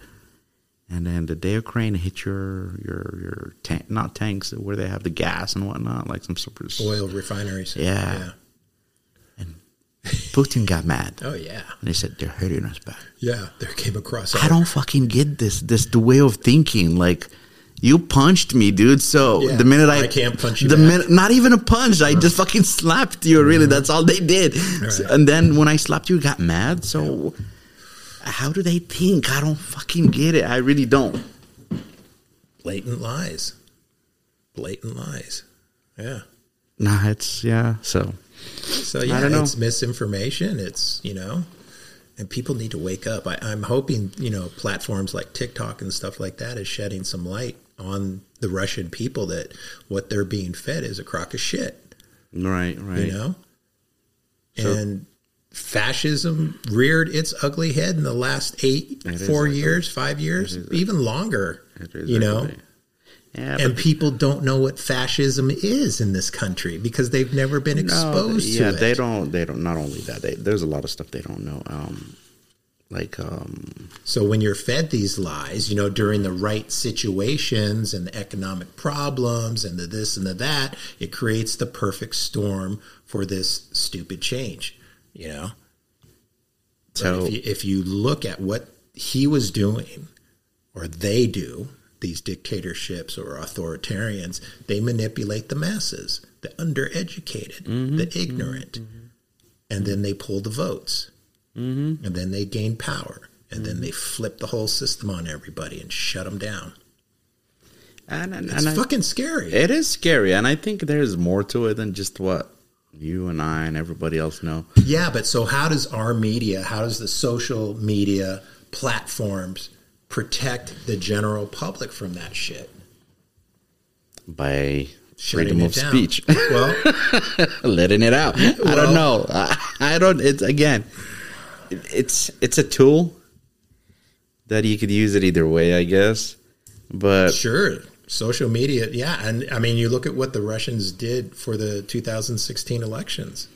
Speaker 4: And then the day Ukraine hit your your your tank, not tanks where they have the gas and whatnot, like some sort of
Speaker 3: Oil refineries.
Speaker 4: Yeah. Putin got mad
Speaker 3: Oh yeah.
Speaker 4: and he said they're hurting us back.
Speaker 3: Yeah. There came across.
Speaker 4: I don't fucking get this. This the way of thinking. Like you punched me, dude. So
Speaker 3: Yeah,
Speaker 4: the minute I,
Speaker 3: I can't punch you
Speaker 4: The
Speaker 3: back.
Speaker 4: minute, not even a punch. I just fucking slapped you. Really, that's all they did. So- and then when I slapped you, you got mad. So how do they think? I don't fucking get it. I really don't.
Speaker 3: blatant lies. Blatant lies. Yeah.
Speaker 4: Nah, it's yeah. So
Speaker 3: So yeah,
Speaker 4: don't know.
Speaker 3: it's misinformation. It's you know, and people need to wake up. I, I'm hoping you know platforms like TikTok and stuff like that is shedding some light on the Russian people that what they're being fed is a crock of shit,
Speaker 4: Right, right.
Speaker 3: you know? And fascism reared its ugly head in the last eight,
Speaker 4: It is
Speaker 3: four
Speaker 4: ugly.
Speaker 3: years, five years, even longer,
Speaker 4: It is
Speaker 3: you
Speaker 4: ugly.
Speaker 3: know?
Speaker 4: Yeah,
Speaker 3: And people don't know what fascism is in this country because they've never been exposed
Speaker 4: yeah,
Speaker 3: to it.
Speaker 4: they don't. They don't. Not only that, they, there's a lot of stuff they don't know. Um, like um,
Speaker 3: So when you're fed these lies, you know, during the right situations and the economic problems and the this and the that, it creates the perfect storm for this stupid change, you know?
Speaker 4: so Oh.
Speaker 3: If you, if you look at what he was doing or they do, these dictatorships or authoritarians, they manipulate the masses, the undereducated,
Speaker 4: Mm-hmm.
Speaker 3: the ignorant, and then they pull the votes. Mm-hmm. And then they gain power. And
Speaker 4: Mm-hmm.
Speaker 3: then they flip the whole system on everybody and shut them down.
Speaker 4: and, and,
Speaker 3: It's
Speaker 4: and I-
Speaker 3: fucking scary.
Speaker 4: it is scary, and I think there's more to it than just what you and I and everybody else know.
Speaker 3: Yeah, but so how does our media, how does the social media platforms protect the general public from that shit?
Speaker 4: By
Speaker 3: Shutting
Speaker 4: freedom
Speaker 3: it
Speaker 4: of
Speaker 3: down.
Speaker 4: speech,
Speaker 3: Well,
Speaker 4: letting it out. I
Speaker 3: Well-
Speaker 4: don't know. I, I don't. It's again, it- it's it's a tool that you could use it either way, I guess. But
Speaker 3: sure. Social media, yeah, and I mean, you look at what the Russians did for the 2016 elections.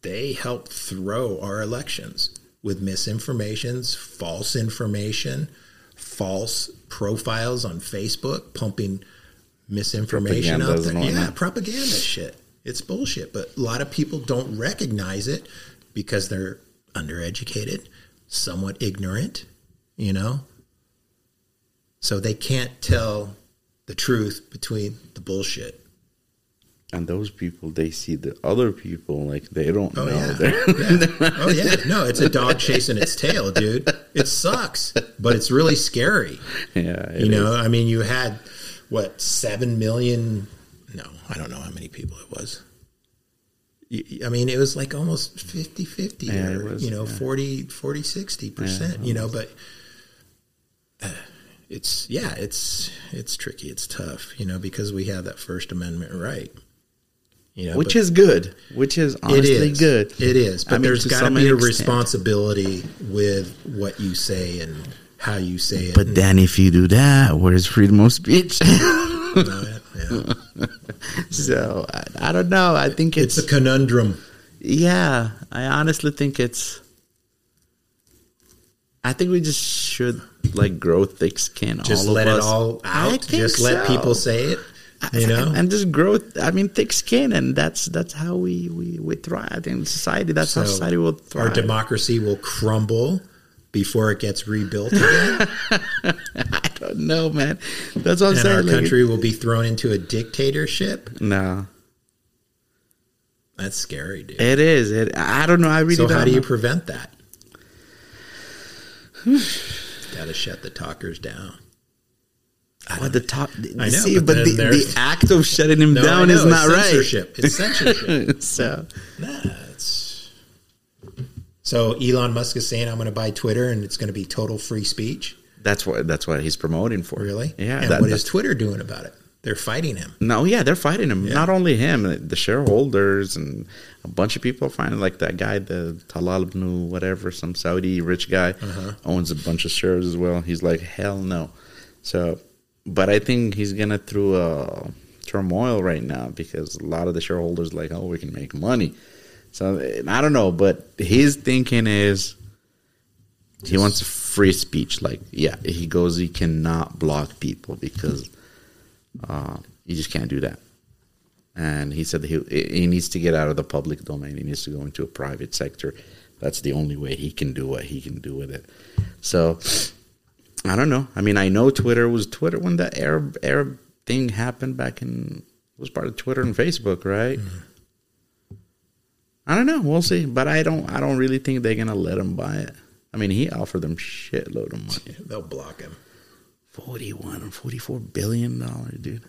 Speaker 3: They helped throw our elections with misinformations, false information, false profiles on Facebook, pumping misinformation out
Speaker 4: Propagandas
Speaker 3: there.
Speaker 4: and
Speaker 3: Yeah,
Speaker 4: whatnot.
Speaker 3: propaganda shit. It's bullshit, but a lot of people don't recognize it because they're undereducated, somewhat ignorant, you know? So they can't tell the truth between the bullshit.
Speaker 4: and those people they see the other people like they don't
Speaker 3: Oh,
Speaker 4: know
Speaker 3: yeah.
Speaker 4: They're-
Speaker 3: Yeah. Oh, yeah. No, it's a dog chasing its tail, dude. It sucks, but it's really scary.
Speaker 4: yeah it
Speaker 3: you know,
Speaker 4: is.
Speaker 3: I mean, you had what seven million? No, I don't know how many people it was. Y- I mean, it was like almost 50 50
Speaker 4: Yeah, it
Speaker 3: or,
Speaker 4: was,
Speaker 3: you know,
Speaker 4: yeah.
Speaker 3: forty forty sixty 40, 40, 60 percent, you know, but uh, it's, yeah, it's, it's tricky. It's tough, you know, because we have that First Amendment right, you know,
Speaker 4: which
Speaker 3: but-
Speaker 4: is good which is honestly good
Speaker 3: it is, but
Speaker 4: I mean,
Speaker 3: there's
Speaker 4: to
Speaker 3: got to
Speaker 4: some
Speaker 3: be a
Speaker 4: extent.
Speaker 3: responsibility with what you say and how you say it.
Speaker 4: but then if you do that where's freedom of speech
Speaker 3: and, uh, yeah.
Speaker 4: so I, I don't know i think
Speaker 3: It's
Speaker 4: it's,
Speaker 3: a conundrum.
Speaker 4: yeah i honestly think it's i think we just should like grow thick skin
Speaker 3: Just
Speaker 4: all of
Speaker 3: let it
Speaker 4: us.
Speaker 3: all
Speaker 4: I
Speaker 3: out.
Speaker 4: think
Speaker 3: Just let
Speaker 4: so.
Speaker 3: people say it. You know,
Speaker 4: and just grow i mean thick skin and that's that's how we we, we thrive in society that's how
Speaker 3: So,
Speaker 4: society will
Speaker 3: our
Speaker 4: thrive
Speaker 3: democracy will crumble before it gets rebuilt again,
Speaker 4: i don't know man that's what i'm
Speaker 3: and
Speaker 4: saying
Speaker 3: our
Speaker 4: like,
Speaker 3: country will be thrown into a dictatorship.
Speaker 4: no
Speaker 3: That's scary, dude.
Speaker 4: it is it i don't know i really
Speaker 3: so
Speaker 4: don't
Speaker 3: how do
Speaker 4: know.
Speaker 3: you prevent that? Got to shut the talkers down.
Speaker 4: Well, the top
Speaker 3: I know,
Speaker 4: see
Speaker 3: but
Speaker 4: but,
Speaker 3: then
Speaker 4: the,
Speaker 3: there's-
Speaker 4: the act of shutting him
Speaker 3: No, I
Speaker 4: down
Speaker 3: know,
Speaker 4: is not
Speaker 3: it's
Speaker 4: right
Speaker 3: censorship. It's censorship.
Speaker 4: so
Speaker 3: nah, it's so Elon Musk is saying I'm going to buy Twitter and it's going to be total free speech.
Speaker 4: that's what that's what he's promoting for
Speaker 3: Really?
Speaker 4: yeah
Speaker 3: And
Speaker 4: that-
Speaker 3: what is
Speaker 4: that's-
Speaker 3: Twitter doing about it? They're fighting him.
Speaker 4: no yeah they're fighting him not only him uh, the shareholders and a bunch of people are fighting like that guy the talal ibn whatever some saudi rich guy owns a bunch of shares as well he's like hell no so but i think he's gonna through a turmoil right now because a lot of the shareholders like oh we can make money so and i don't know but his thinking is he wants free speech like yeah he goes he cannot block people because uh, you just can't do that and he said he, he needs to get out of the public domain he needs to go into a private sector that's the only way he can do what he can do with it so i don't know i mean i know twitter was twitter when that arab arab thing happened back in it was part of twitter and facebook right I don't know. We'll see. But I don't. I don't really think they're gonna let him buy it. I mean, he offered them shitload of money
Speaker 3: They'll block him.
Speaker 4: forty-one or forty-four billion dollars, dude,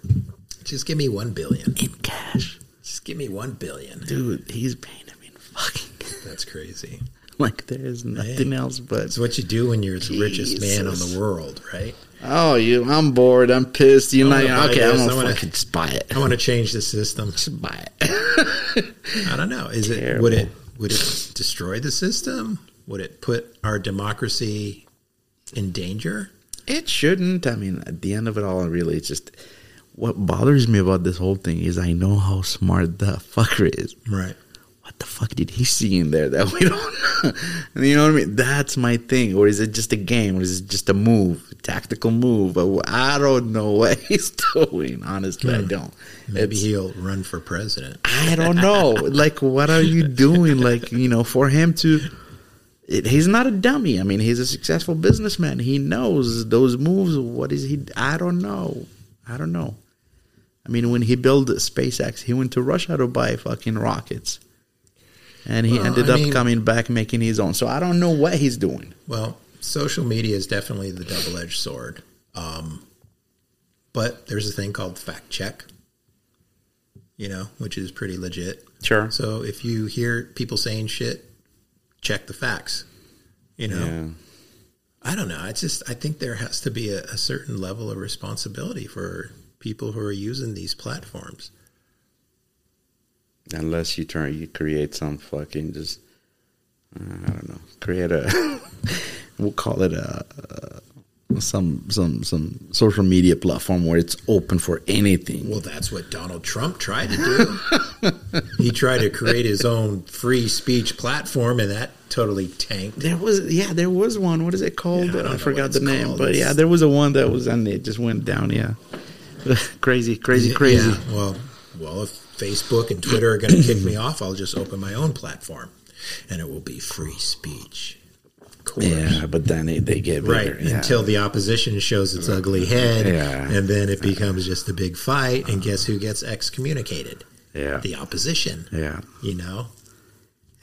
Speaker 3: Just give me one billion.
Speaker 4: in cash,
Speaker 3: Just give me one billion.
Speaker 4: dude. He's paying him in fucking
Speaker 3: That's crazy.
Speaker 4: like there is nothing else but
Speaker 3: It's what you do when you're the richest man on
Speaker 4: Jesus.
Speaker 3: the world, right?
Speaker 4: oh, you. I'm bored. I'm pissed. You're
Speaker 3: I
Speaker 4: not
Speaker 3: wanna buy
Speaker 4: okay.
Speaker 3: this,
Speaker 4: I'm
Speaker 3: I
Speaker 4: gonna
Speaker 3: wanna-
Speaker 4: fucking just buy it.
Speaker 3: I want to change the system.
Speaker 4: Just buy it.
Speaker 3: I don't know. Is it
Speaker 4: Terrible.
Speaker 3: would it would it destroy the system? Would it put our democracy in danger?
Speaker 4: It shouldn't. I mean, at the end of it all, really, it's just what bothers me about this whole thing is I know how smart the fucker is.
Speaker 3: Right.
Speaker 4: What the fuck did he see in there that we don't know? you know what I mean? That's my thing. Or is it just a game? Or is it just a move, tactical move? I don't know what he's doing. Honestly, I don't.
Speaker 3: Maybe
Speaker 4: It's-
Speaker 3: he'll run for president.
Speaker 4: I don't know. like, what are you doing? Like, you know, for him to. It, he's not a dummy. I mean, he's a successful businessman. He knows those moves. What is he? I don't know. I don't know. I mean, when he built SpaceX, he went to Russia to buy fucking rockets. And he
Speaker 3: Well,
Speaker 4: ended
Speaker 3: I
Speaker 4: up
Speaker 3: mean-
Speaker 4: coming back making his own. So I don't know what he's doing.
Speaker 3: Well, social media is definitely the double edged sword. Um, but there's a thing called fact check, you know, which is pretty legit.
Speaker 4: Sure.
Speaker 3: So if you hear people saying shit, check the facts. You know,
Speaker 4: Yeah.
Speaker 3: I don't know. It's just, I think there has to be a, a certain level of responsibility for people who are using these platforms.
Speaker 4: unless you turn you create some fucking just uh, I don't know create a we'll call it a, uh some some some social media platform where it's open for anything.
Speaker 3: Well, that's what Donald Trump tried to do. he tried to create his own free speech platform, and that totally tanked.
Speaker 4: There was yeah there was one what is it
Speaker 3: Yeah, I
Speaker 4: called
Speaker 3: don't know
Speaker 4: I,
Speaker 3: what
Speaker 4: forgot
Speaker 3: it's
Speaker 4: the name
Speaker 3: called.
Speaker 4: but yeah there was a one that was and it just went down yeah crazy crazy crazy
Speaker 3: Yeah, well, well, if Facebook and Twitter are going to kick me off, I'll just open my own platform, and it will be free speech. Of course.
Speaker 4: yeah but then it, they get
Speaker 3: Right
Speaker 4: bigger, yeah. Mm-hmm.
Speaker 3: until the opposition shows its ugly head,
Speaker 4: Yeah. Uh-huh.
Speaker 3: and then it becomes just a big fight. And guess who gets excommunicated?
Speaker 4: yeah
Speaker 3: The opposition.
Speaker 4: yeah
Speaker 3: You know,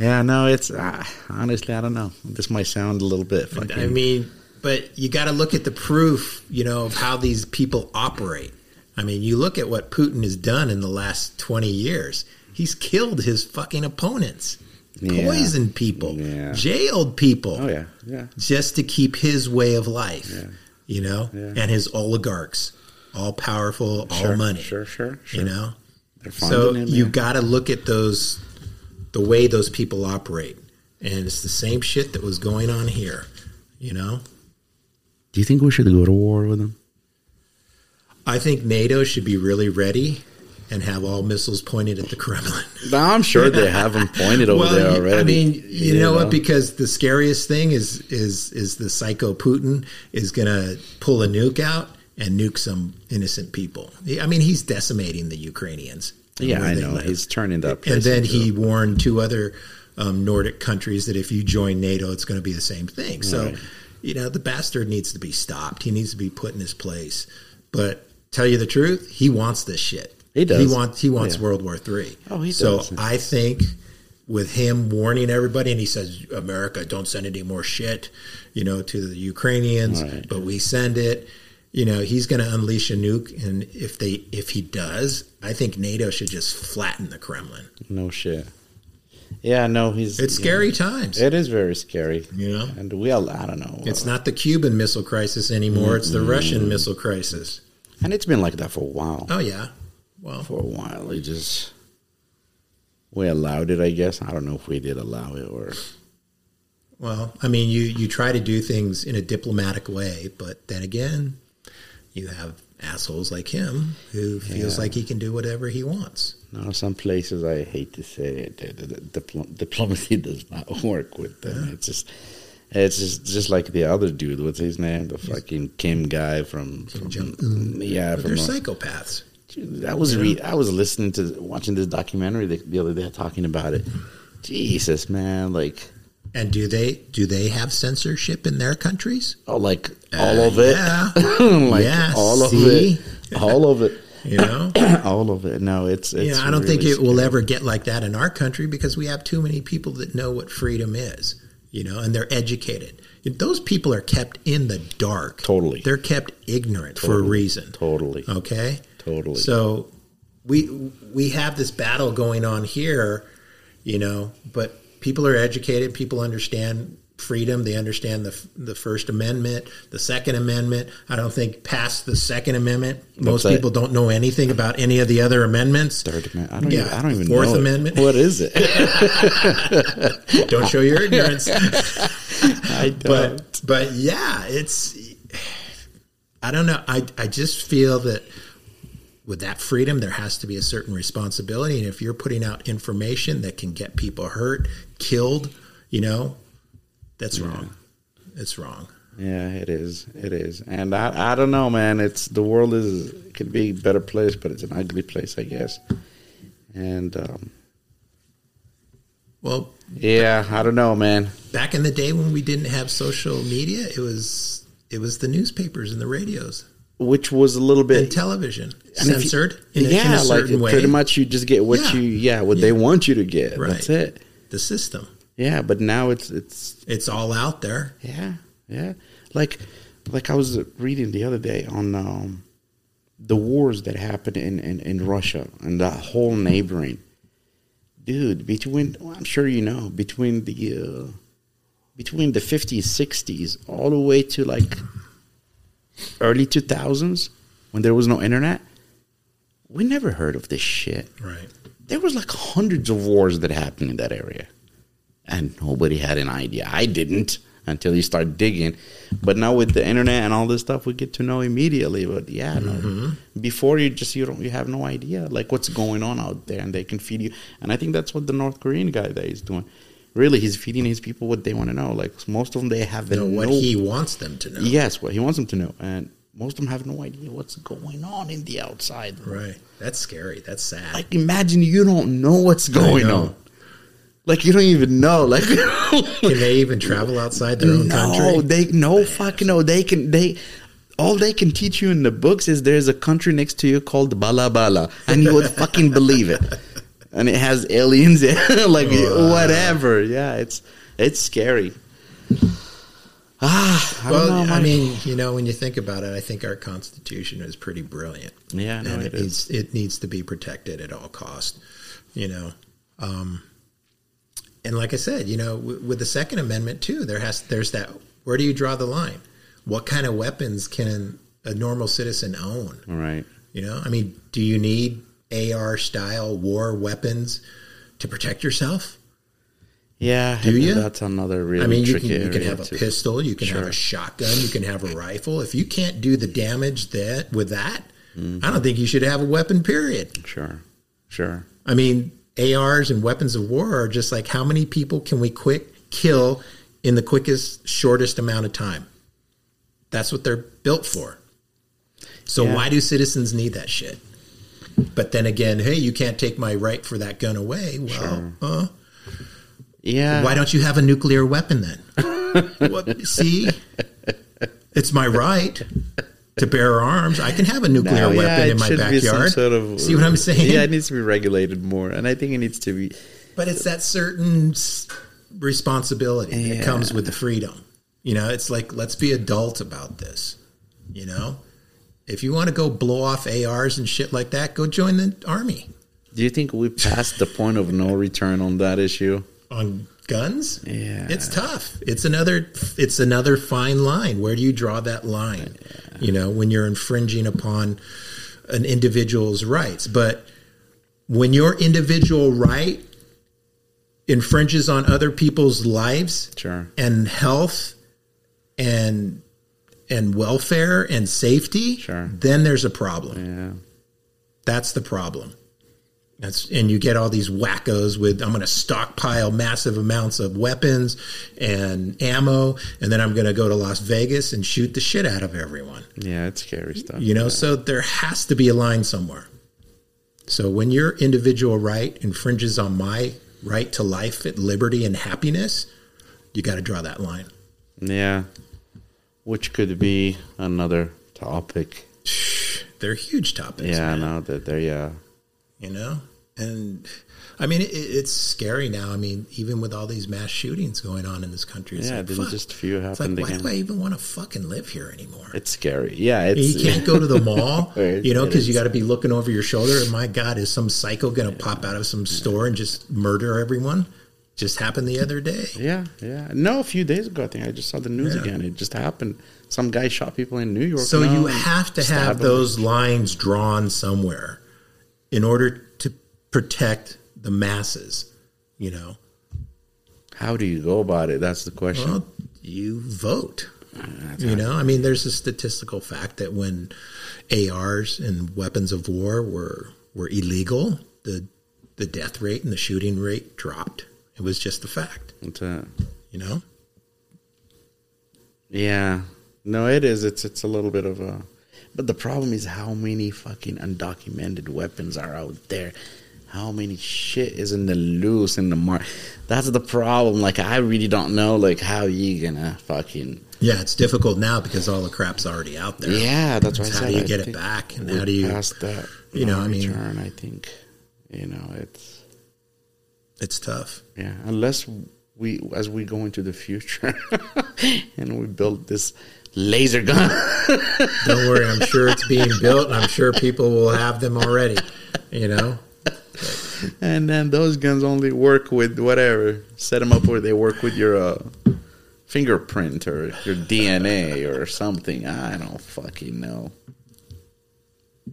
Speaker 4: yeah no it's uh, honestly I don't know this might sound a little bit fucking
Speaker 3: I mean, but you got to look at the proof, you know, of how these people operate. I mean, you look at what Putin has done in the last 20 years. He's killed his fucking opponents,
Speaker 4: Yeah.
Speaker 3: poisoned people,
Speaker 4: Yeah.
Speaker 3: jailed people
Speaker 4: oh yeah yeah
Speaker 3: just to keep his way of life, you know,
Speaker 4: Yeah.
Speaker 3: and his oligarchs, all powerful, all
Speaker 4: sure,
Speaker 3: money,
Speaker 4: sure sure sure
Speaker 3: you know.
Speaker 4: They're
Speaker 3: So
Speaker 4: funding it,
Speaker 3: you
Speaker 4: man.
Speaker 3: got to look at those, the way those people operate, and it's the same shit that was going on here, you know.
Speaker 4: Do you think we should go to war with them?
Speaker 3: I think NATO should be really ready and have all missiles pointed at the Kremlin.
Speaker 4: I'm sure they have them pointed over there
Speaker 3: you-
Speaker 4: already.
Speaker 3: I mean, you, know, what? Because the scariest thing is is is the psycho Putin is going to pull a nuke out and nuke some innocent people. He- I mean, he's decimating the Ukrainians. and
Speaker 4: yeah,
Speaker 3: where
Speaker 4: I
Speaker 3: they
Speaker 4: know
Speaker 3: live.
Speaker 4: he's turning that.
Speaker 3: and then
Speaker 4: person
Speaker 3: he
Speaker 4: to-
Speaker 3: warned two other um, Nordic countries that if you join NATO, it's going to be the same thing. So,
Speaker 4: Right.
Speaker 3: you know, the bastard needs to be stopped. He needs to be put in his place. But tell you the truth, he wants this shit.
Speaker 4: He does.
Speaker 3: He wants. He wants
Speaker 4: Yeah.
Speaker 3: World War Three.
Speaker 4: Oh, he
Speaker 3: so
Speaker 4: does.
Speaker 3: I think with him warning everybody, and he says, "America, don't send any more shit," you know, to the Ukrainians.
Speaker 4: Right.
Speaker 3: But we send it. You know, he's going to unleash a nuke, and if they if he does, I think NATO should just flatten the Kremlin.
Speaker 4: no shit. Yeah, no, he's.
Speaker 3: It's
Speaker 4: yeah.
Speaker 3: scary times.
Speaker 4: It is very scary.
Speaker 3: You know?
Speaker 4: and we all. I don't know.
Speaker 3: it's not the Cuban Missile Crisis anymore. It's the Russian Missile Crisis.
Speaker 4: and it's been like that for a while.
Speaker 3: Oh yeah. Well,
Speaker 4: For a while, it just we allowed it. I guess I don't know if we did allow it or
Speaker 3: well. I mean, you you try to do things in a diplomatic way, but then again, you have assholes like him who feels
Speaker 4: Yeah.
Speaker 3: like he can do whatever he wants.
Speaker 4: no. Some places I hate to say it, the, the, the diplo- diplomacy does not work with them. It's just. It's just, just like the other dude. What's his name? The fucking Kim guy from, from
Speaker 3: Jong-un.
Speaker 4: yeah.
Speaker 3: But
Speaker 4: From
Speaker 3: they're
Speaker 4: uh,
Speaker 3: psychopaths.
Speaker 4: I was re- I was listening to watching this documentary the, the other day talking about it. Jesus, man, like
Speaker 3: And do they do they have censorship in their countries?
Speaker 4: oh, like all of it,
Speaker 3: Uh, yeah.
Speaker 4: like
Speaker 3: Yeah,
Speaker 4: all
Speaker 3: see?
Speaker 4: of it, all of it,
Speaker 3: You know.
Speaker 4: all of it. No, it's, it's
Speaker 3: Yeah, I don't think
Speaker 4: really
Speaker 3: it will
Speaker 4: scary.
Speaker 3: ever get like that in our country because we have too many people that know what freedom is, you know, and they're educated. Those people are kept in the dark.
Speaker 4: Totally.
Speaker 3: They're kept ignorant for a
Speaker 4: Totally.
Speaker 3: reason.
Speaker 4: totally,
Speaker 3: Okay?
Speaker 4: totally.
Speaker 3: So we we have this battle going on here, you know, but people are educated. People understand freedom. They understand the the First Amendment, the Second Amendment. I don't think past the Second Amendment, most
Speaker 4: that?
Speaker 3: people don't know anything about any of the other amendments.
Speaker 4: Third Amendment. I don't
Speaker 3: Yeah,
Speaker 4: even, I don't even
Speaker 3: Fourth
Speaker 4: know it.
Speaker 3: Amendment.
Speaker 4: What is it?
Speaker 3: Don't show your ignorance.
Speaker 4: I don't.
Speaker 3: but but yeah, it's I don't know. I I just feel that with that freedom there has to be a certain responsibility and if you're putting out information that can get people hurt, killed, you know, that's wrong. It's wrong.
Speaker 4: yeah, it is. It is. And I, I don't know, man. It's the world is could be a better place, but it's an ugly place, I guess. And um,
Speaker 3: Well,
Speaker 4: yeah, I don't know, man.
Speaker 3: back in the day when we didn't have social media, it was it was the newspapers and the radios
Speaker 4: Which was a little
Speaker 3: and
Speaker 4: bit
Speaker 3: television
Speaker 4: And if you-
Speaker 3: censored in, a, in
Speaker 4: yeah,
Speaker 3: a certain
Speaker 4: like
Speaker 3: way.
Speaker 4: pretty much you just get what
Speaker 3: Yeah.
Speaker 4: you yeah what they want you to get.
Speaker 3: Right.
Speaker 4: That's it.
Speaker 3: the system.
Speaker 4: Yeah, but now it's it's
Speaker 3: It's all out there.
Speaker 4: Yeah, yeah. Like, like I was reading the other day on um, the wars that happened in, in, in Russia and the whole neighboring. Dude, between well, I'm sure you know between the uh, between the 50s, 60s, all the way to like early 2000s when there was no internet, we never heard of this shit
Speaker 3: Right.
Speaker 4: there was like hundreds of wars that happened in that area and nobody had an idea i didn't until you start digging but now with the internet and all this stuff we get to know immediately but yeah no.
Speaker 3: Mm-hmm.
Speaker 4: before you just you don't you have no idea like what's going on out there and they can feed you and i think that's what the north korean guy that is doing really he's feeding his people what they want to know like most of them they have
Speaker 3: Know what
Speaker 4: no
Speaker 3: he wants them to know.
Speaker 4: yes what he wants them to know and most of them have no idea what's going on in the outside
Speaker 3: Right. That's scary. That's sad.
Speaker 4: like imagine you don't know what's going
Speaker 3: know.
Speaker 4: on like you don't even know like
Speaker 3: Can they even travel outside their own
Speaker 4: no
Speaker 3: country?
Speaker 4: they no fucking no they can they all they can teach you in the books is there's a country next to you called Bala Bala and you would fucking believe it and it has aliens like whatever yeah it's it's scary ah I don't
Speaker 3: Well,
Speaker 4: know,
Speaker 3: I
Speaker 4: man.
Speaker 3: mean, you know, when you think about it, I think our Constitution is pretty brilliant.
Speaker 4: Yeah, no,
Speaker 3: and
Speaker 4: it
Speaker 3: it, needs it needs to be protected at all cost. You know, um, and like I said, you know, w- with the Second Amendment too, there has there's that. Where do you draw the line? What kind of weapons can a normal citizen own?
Speaker 4: all right
Speaker 3: You know, I mean, do you need AR style war weapons to protect yourself?
Speaker 4: yeah
Speaker 3: Do ya?
Speaker 4: that's another really
Speaker 3: I mean, you
Speaker 4: tricky
Speaker 3: can, you can
Speaker 4: area
Speaker 3: have a
Speaker 4: too.
Speaker 3: pistol, you can have
Speaker 4: Sure.
Speaker 3: a shotgun, you can have a rifle. If you can't do the damage that with that,
Speaker 4: Mm-hmm.
Speaker 3: I don't think you should have a weapon. Period.
Speaker 4: sure sure
Speaker 3: I mean, ARs and weapons of war are just like how many people can we quick kill in the quickest, shortest amount of time? That's what they're built for. So
Speaker 4: Yeah.
Speaker 3: why do citizens need that shit? But then again, hey, you can't take my right for that gun away. Well, uh, huh?
Speaker 4: yeah
Speaker 3: Why don't you have a nuclear weapon then? what, see, it's my right to bear arms. I can have a nuclear
Speaker 4: No,
Speaker 3: weapon
Speaker 4: it
Speaker 3: in my
Speaker 4: should be some
Speaker 3: backyard.
Speaker 4: sort of- uh,
Speaker 3: see what I'm saying?
Speaker 4: Yeah, it needs to be regulated more, and I think it needs to be.
Speaker 3: but it's that certain s- responsibility
Speaker 4: Yeah.
Speaker 3: that comes with the freedom. You know, it's like let's be adult about this. You know, if you want to go blow off ARs and shit like that, go join the army
Speaker 4: Do you think we passed the point of no return on that issue?
Speaker 3: on guns.
Speaker 4: Yeah.
Speaker 3: it's tough. It's another it's another fine line. Where do you draw that line? You know, when you're infringing upon an individual's rights, but when your individual right infringes on other people's lives
Speaker 4: Sure.
Speaker 3: and health and and welfare and safety,
Speaker 4: Sure.
Speaker 3: then there's a problem.
Speaker 4: Yeah,
Speaker 3: That's the problem. That's and you get all these wackos with I'm going to stockpile massive amounts of weapons and ammo, and then I'm going to go to Las Vegas and shoot the shit out of everyone.
Speaker 4: yeah, it's scary stuff.
Speaker 3: You know, so there has to be a line somewhere. So when your individual right infringes on my right to life, at liberty, and happiness, you got to draw that line.
Speaker 4: yeah, which could be another topic.
Speaker 3: They're huge topics.
Speaker 4: Yeah,
Speaker 3: man.
Speaker 4: no, that there, yeah,
Speaker 3: you know and i mean it, it's scary now i mean even with all these mass shootings going on in this country it's
Speaker 4: Yeah,
Speaker 3: like,
Speaker 4: didn't
Speaker 3: fuck.
Speaker 4: just a few
Speaker 3: It's
Speaker 4: happened
Speaker 3: like, why
Speaker 4: again?
Speaker 3: do i even want to fucking live here anymore
Speaker 4: it's scary. Yeah, it's
Speaker 3: you can't go to the mall
Speaker 4: It-
Speaker 3: you know
Speaker 4: it
Speaker 3: because you
Speaker 4: is.
Speaker 3: got to be looking over your shoulder and my god is some psycho going to pop out of some store and just murder everyone Just happened the other day.
Speaker 4: Yeah, yeah. No, a few days ago, I think I just saw the news
Speaker 3: Yeah.
Speaker 4: again. It just happened. Some guy shot people in New York.
Speaker 3: So
Speaker 4: now
Speaker 3: you
Speaker 4: and
Speaker 3: have to
Speaker 4: stabbed
Speaker 3: have
Speaker 4: them.
Speaker 3: those lines drawn somewhere in order to protect the masses, you know.
Speaker 4: How do you go about it? That's the question.
Speaker 3: Well, you vote. You know, I mean, there's a statistical fact that when ARs and weapons of war were were illegal, the the death rate and the shooting rate dropped. It was just a fact.
Speaker 4: It's, uh,
Speaker 3: You know,
Speaker 4: yeah. No, it is. It's it's a little bit of a. But the problem is how many fucking undocumented weapons are out there. How many shit is in the loose in the market? That's the problem. Like I really don't know. Like how you gonna fucking
Speaker 3: yeah, it's difficult now because all the crap's already out there.
Speaker 4: yeah. That's why I
Speaker 3: So
Speaker 4: said
Speaker 3: how do you
Speaker 4: I
Speaker 3: get it
Speaker 4: think
Speaker 3: back, and
Speaker 4: we're
Speaker 3: how do you?
Speaker 4: past that?
Speaker 3: you know, I mean-
Speaker 4: return. I think you know it's.
Speaker 3: It's tough.
Speaker 4: Yeah, unless we, as we go into the future, and we build this laser gun.
Speaker 3: Don't worry, I'm sure it's being built. and I'm sure people will have them already. You know,
Speaker 4: and then those guns only work with whatever. Set them up where they work with your uh, fingerprint or your DNA or something. I don't fucking know.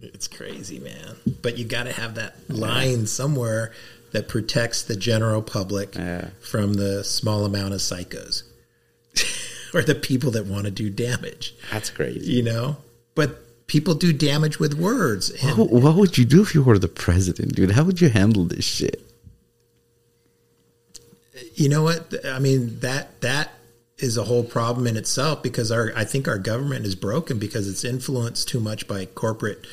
Speaker 3: it's crazy, man. But you got to have that line somewhere that protects the general public
Speaker 4: Yeah.
Speaker 3: from the small amount of psychos or the people that want to do damage.
Speaker 4: That's crazy.
Speaker 3: You know, but people do damage with words. And
Speaker 4: What, what would you do if you were the president, dude? How would you handle this shit?
Speaker 3: you know what? I mean that that is a whole problem in itself because our I think our government is broken because it's influenced too much by corporate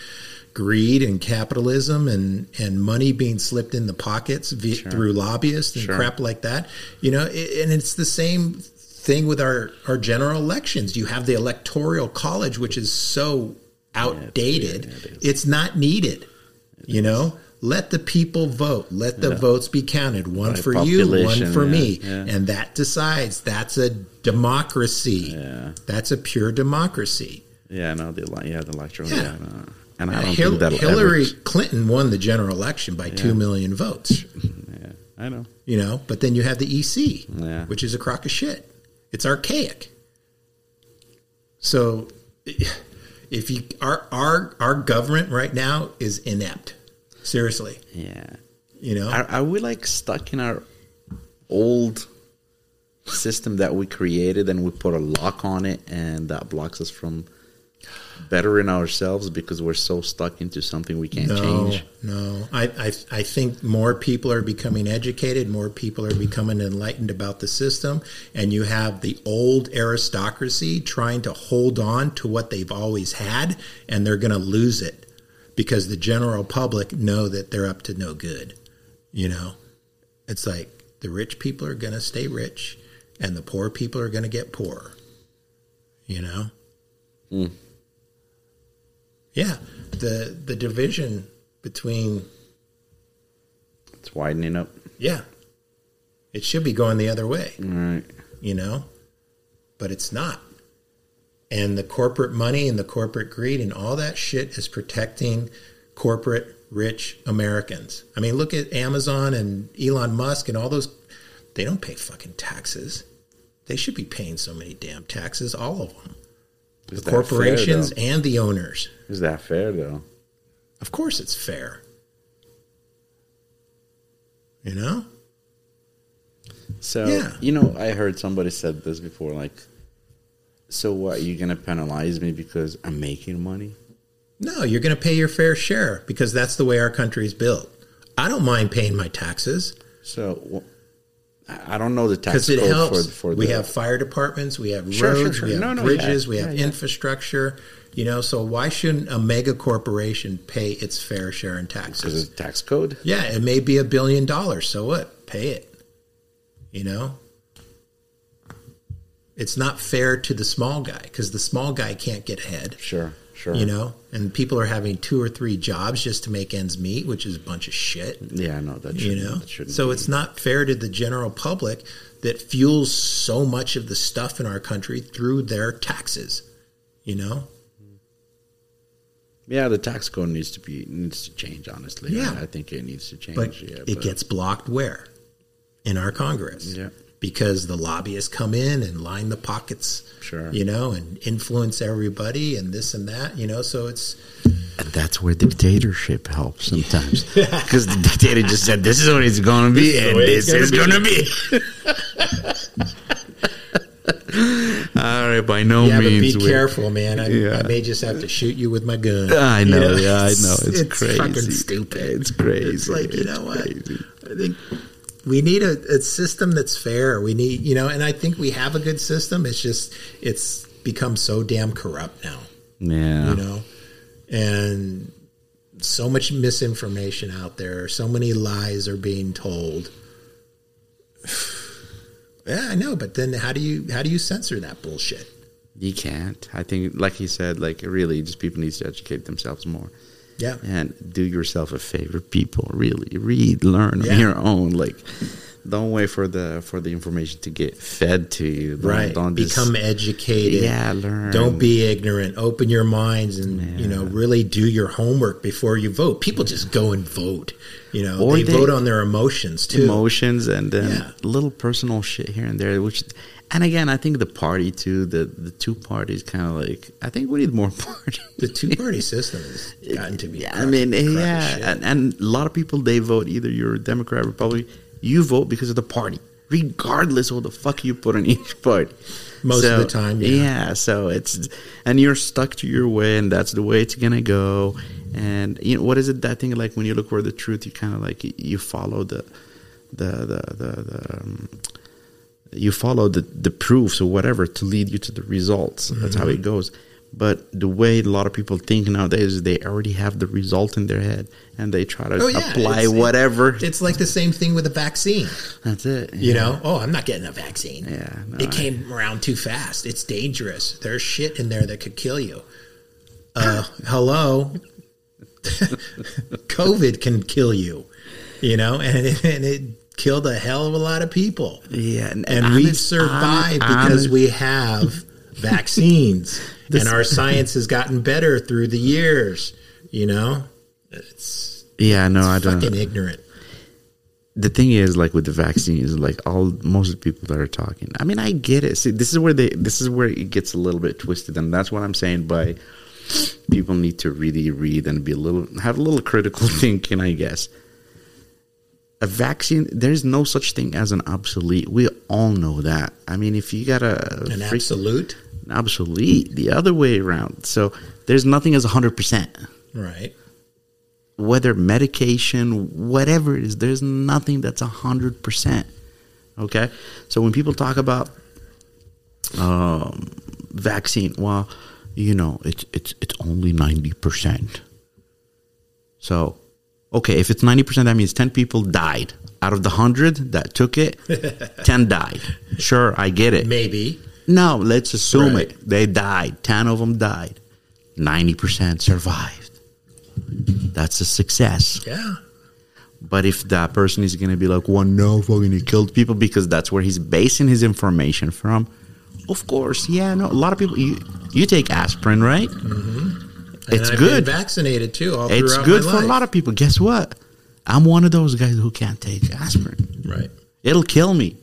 Speaker 3: greed and capitalism and and money being slipped in the pockets vi- through lobbyists and
Speaker 4: Sure.
Speaker 3: crap like that. You know, it, and it's the same thing with our our general elections. You have the electoral college, which is so outdated.
Speaker 4: weird. Yeah, it is.
Speaker 3: it's not needed. you know. Let the people vote. Let the votes be counted. One
Speaker 4: By
Speaker 3: for you, one
Speaker 4: population,
Speaker 3: for
Speaker 4: yeah,
Speaker 3: me.
Speaker 4: yeah.
Speaker 3: And that decides. That's a democracy.
Speaker 4: Yeah.
Speaker 3: That's a pure democracy.
Speaker 4: Yeah, no, the ele- yeah, the electoral.
Speaker 3: Yeah.
Speaker 4: Yeah, no. and I don't
Speaker 3: Hil-
Speaker 4: think that'll
Speaker 3: Hillary
Speaker 4: Ever,
Speaker 3: Clinton won the general election by 2 million votes,
Speaker 4: yeah, I know.
Speaker 3: you know, but then you have the EC,
Speaker 4: Yeah.
Speaker 3: which is a crock of shit. It's archaic. So if you our our our government right now is inept. Seriously,
Speaker 4: Yeah.
Speaker 3: you know.
Speaker 4: Are, are we like stuck in our old system that we created and we put a lock on it and that blocks us from bettering ourselves because we're so stuck into something we can't
Speaker 3: No,
Speaker 4: change?
Speaker 3: no. I, I I think more people are becoming educated. More people are becoming enlightened about the system, and you have the old aristocracy trying to hold on to what they've always had, and they're going to lose it because the general public know that they're up to no good. You know, it's like the rich people are going to stay rich, and the poor people are going to get poor. You know. Yeah, the the division between
Speaker 4: It's widening up.
Speaker 3: yeah, it should be going the other way,
Speaker 4: All right.
Speaker 3: you know, but it's not. And the corporate money and the corporate greed and all that shit is protecting corporate rich Americans. I mean, look at Amazon and Elon Musk and all those. They don't pay fucking taxes. They should be paying so many damn taxes, all of them.
Speaker 4: Is that fair,
Speaker 3: The
Speaker 4: though?
Speaker 3: corporations and the owners.
Speaker 4: Is that fair though?
Speaker 3: Of course it's fair. You know?
Speaker 4: So
Speaker 3: Yeah.
Speaker 4: you know, I heard somebody said this before. Like, so what? You gonna penalize me because I'm making money?
Speaker 3: No, you're going to pay your fair share because that's the way our country is built. I don't mind paying my taxes
Speaker 4: So wh- I I don't know the tax
Speaker 3: because it
Speaker 4: code
Speaker 3: helps.
Speaker 4: for for
Speaker 3: we
Speaker 4: the,
Speaker 3: have fire departments, we have
Speaker 4: Sure, sure,
Speaker 3: roads,
Speaker 4: sure.
Speaker 3: we have
Speaker 4: No, no,
Speaker 3: bridges,
Speaker 4: yeah.
Speaker 3: we have
Speaker 4: Yeah, yeah.
Speaker 3: infrastructure. You know, so why shouldn't a mega corporation pay its fair share in taxes?
Speaker 4: because of the tax code.
Speaker 3: Yeah, it may be a billion dollars. So what? Pay it. You know? It's not fair to the small guy because the small guy can't get ahead,
Speaker 4: Sure, sure.
Speaker 3: you know? And people are having two or three jobs just to make ends meet, which is a bunch of shit,
Speaker 4: Yeah, no, that
Speaker 3: you
Speaker 4: shouldn't,
Speaker 3: know?
Speaker 4: that shouldn't
Speaker 3: So
Speaker 4: be.
Speaker 3: it's not fair to the general public that fuels so much of the stuff in our country through their taxes, you know?
Speaker 4: yeah, the tax code needs to be needs to change. Honestly,
Speaker 3: Yeah.
Speaker 4: I, I think it needs to change.
Speaker 3: But
Speaker 4: yeah,
Speaker 3: it gets blocked where? in our Congress.
Speaker 4: Yeah.
Speaker 3: Because the lobbyists come in and line the pockets,
Speaker 4: Sure.
Speaker 3: you know, and influence everybody and this and that, you know. So it's
Speaker 4: And that's where dictatorship helps sometimes. Because the dictator just said, this is what it's going to be,
Speaker 3: is the
Speaker 4: and
Speaker 3: way
Speaker 4: this is
Speaker 3: it's
Speaker 4: going to be. All right, by no
Speaker 3: yeah, but be
Speaker 4: means. we-
Speaker 3: careful, man. I,
Speaker 4: Yeah.
Speaker 3: I may just have to shoot you with my gun.
Speaker 4: I
Speaker 3: you
Speaker 4: know, yeah, I know. It's, crazy.
Speaker 3: fucking stupid.
Speaker 4: It's crazy.
Speaker 3: It's like you
Speaker 4: It's
Speaker 3: know what?
Speaker 4: crazy.
Speaker 3: I think we need a, a system that's fair. We need you know, and I think we have a good system. It's just it's become so damn corrupt now,
Speaker 4: Yeah.
Speaker 3: you know, and so much misinformation out there. So many lies are being told. Yeah, I know, but then how do you how do you censor that bullshit?
Speaker 4: You can't. I think, like he said, like really, just people need to educate themselves more.
Speaker 3: Yeah.
Speaker 4: And do yourself a favor, people. Really, read, learn
Speaker 3: Yeah.
Speaker 4: on your own. Like, don't wait for the for the information to get fed to you. Don't,
Speaker 3: right
Speaker 4: Don't just-
Speaker 3: become educated
Speaker 4: Yeah, learn.
Speaker 3: don't be ignorant open your minds and you know really do your homework before you vote people just go and vote you know
Speaker 4: Or
Speaker 3: they,
Speaker 4: they-
Speaker 3: vote on their emotions too
Speaker 4: emotions and then
Speaker 3: Yeah.
Speaker 4: little personal shit here and there. Which, and again, I think the party too. The the two parties kind of like. I think we need more parties.
Speaker 3: the two-party system has gotten to be
Speaker 4: Yeah, I
Speaker 3: crack-
Speaker 4: mean,
Speaker 3: crack as
Speaker 4: yeah,
Speaker 3: shit.
Speaker 4: and, and a lot of people they vote either you're Democrat, Republican. You vote because of the party, regardless of the fuck you put in each party.
Speaker 3: Most of the time, yeah.
Speaker 4: So it's and you're stuck to your way, and that's the way it's gonna go. And you know what is it that thing like when you look for the truth, you kind of like you follow the the the the. the um, you follow the, the proofs or whatever to lead you to the results. That's
Speaker 3: Mm-hmm.
Speaker 4: how it goes. But the way a lot of people think nowadays is they already have the result in their head and they try to
Speaker 3: Oh, yeah,
Speaker 4: apply
Speaker 3: it's-
Speaker 4: whatever.
Speaker 3: it's like the same thing with a vaccine
Speaker 4: That's it.
Speaker 3: you
Speaker 4: yeah.
Speaker 3: know oh i'm not getting a vaccine
Speaker 4: Yeah, no,
Speaker 3: it came around too fast it's dangerous there's shit in there that could kill you uh hello covid can kill you you know and it, and it killed a hell of a lot of people
Speaker 4: Yeah, and-
Speaker 3: and,
Speaker 4: and
Speaker 3: we
Speaker 4: honest-
Speaker 3: survived
Speaker 4: hon-
Speaker 3: because
Speaker 4: honest-
Speaker 3: we have vaccines
Speaker 4: This-
Speaker 3: and our science has gotten better through the years you know it's
Speaker 4: Yeah, no, I don't.
Speaker 3: fucking ignorant
Speaker 4: the thing is like with the vaccines like all most of the people that are talking i mean i get it see this is where they this is where it gets a little bit twisted and that's what i'm saying by people need to really read and be a little have a little critical thinking i guess a vaccine there's no such thing as an obsolete we all know that i mean if you got a
Speaker 3: and
Speaker 4: freak-
Speaker 3: absolute
Speaker 4: an obsolete the other way around so there's nothing as 100%
Speaker 3: right
Speaker 4: whether medication, whatever it is, there's nothing that's a hundred percent. Okay, so when people talk about um, vaccine, well, you know, it's it's it's only ninety percent. So, okay, if it's ninety percent, that means ten people died out of the hundred that took it. ten died. Sure, I get it.
Speaker 3: maybe
Speaker 4: No, let's assume
Speaker 3: Right.
Speaker 4: it. They died. 10 of them died. 90% survived. That's a success.
Speaker 3: yeah
Speaker 4: But if that person is going to be like, well, no, fucking he killed people because that's where he's basing his information from, of course, yeah, no. A lot of people, you, you take aspirin, right?
Speaker 3: Mm-hmm. And
Speaker 4: It's
Speaker 3: I've
Speaker 4: good.
Speaker 3: Been vaccinated too. All
Speaker 4: It's
Speaker 3: throughout
Speaker 4: good
Speaker 3: my
Speaker 4: for a
Speaker 3: life.
Speaker 4: lot of people. Guess what? I'm one of those guys who can't take aspirin.
Speaker 3: right.
Speaker 4: It'll kill me.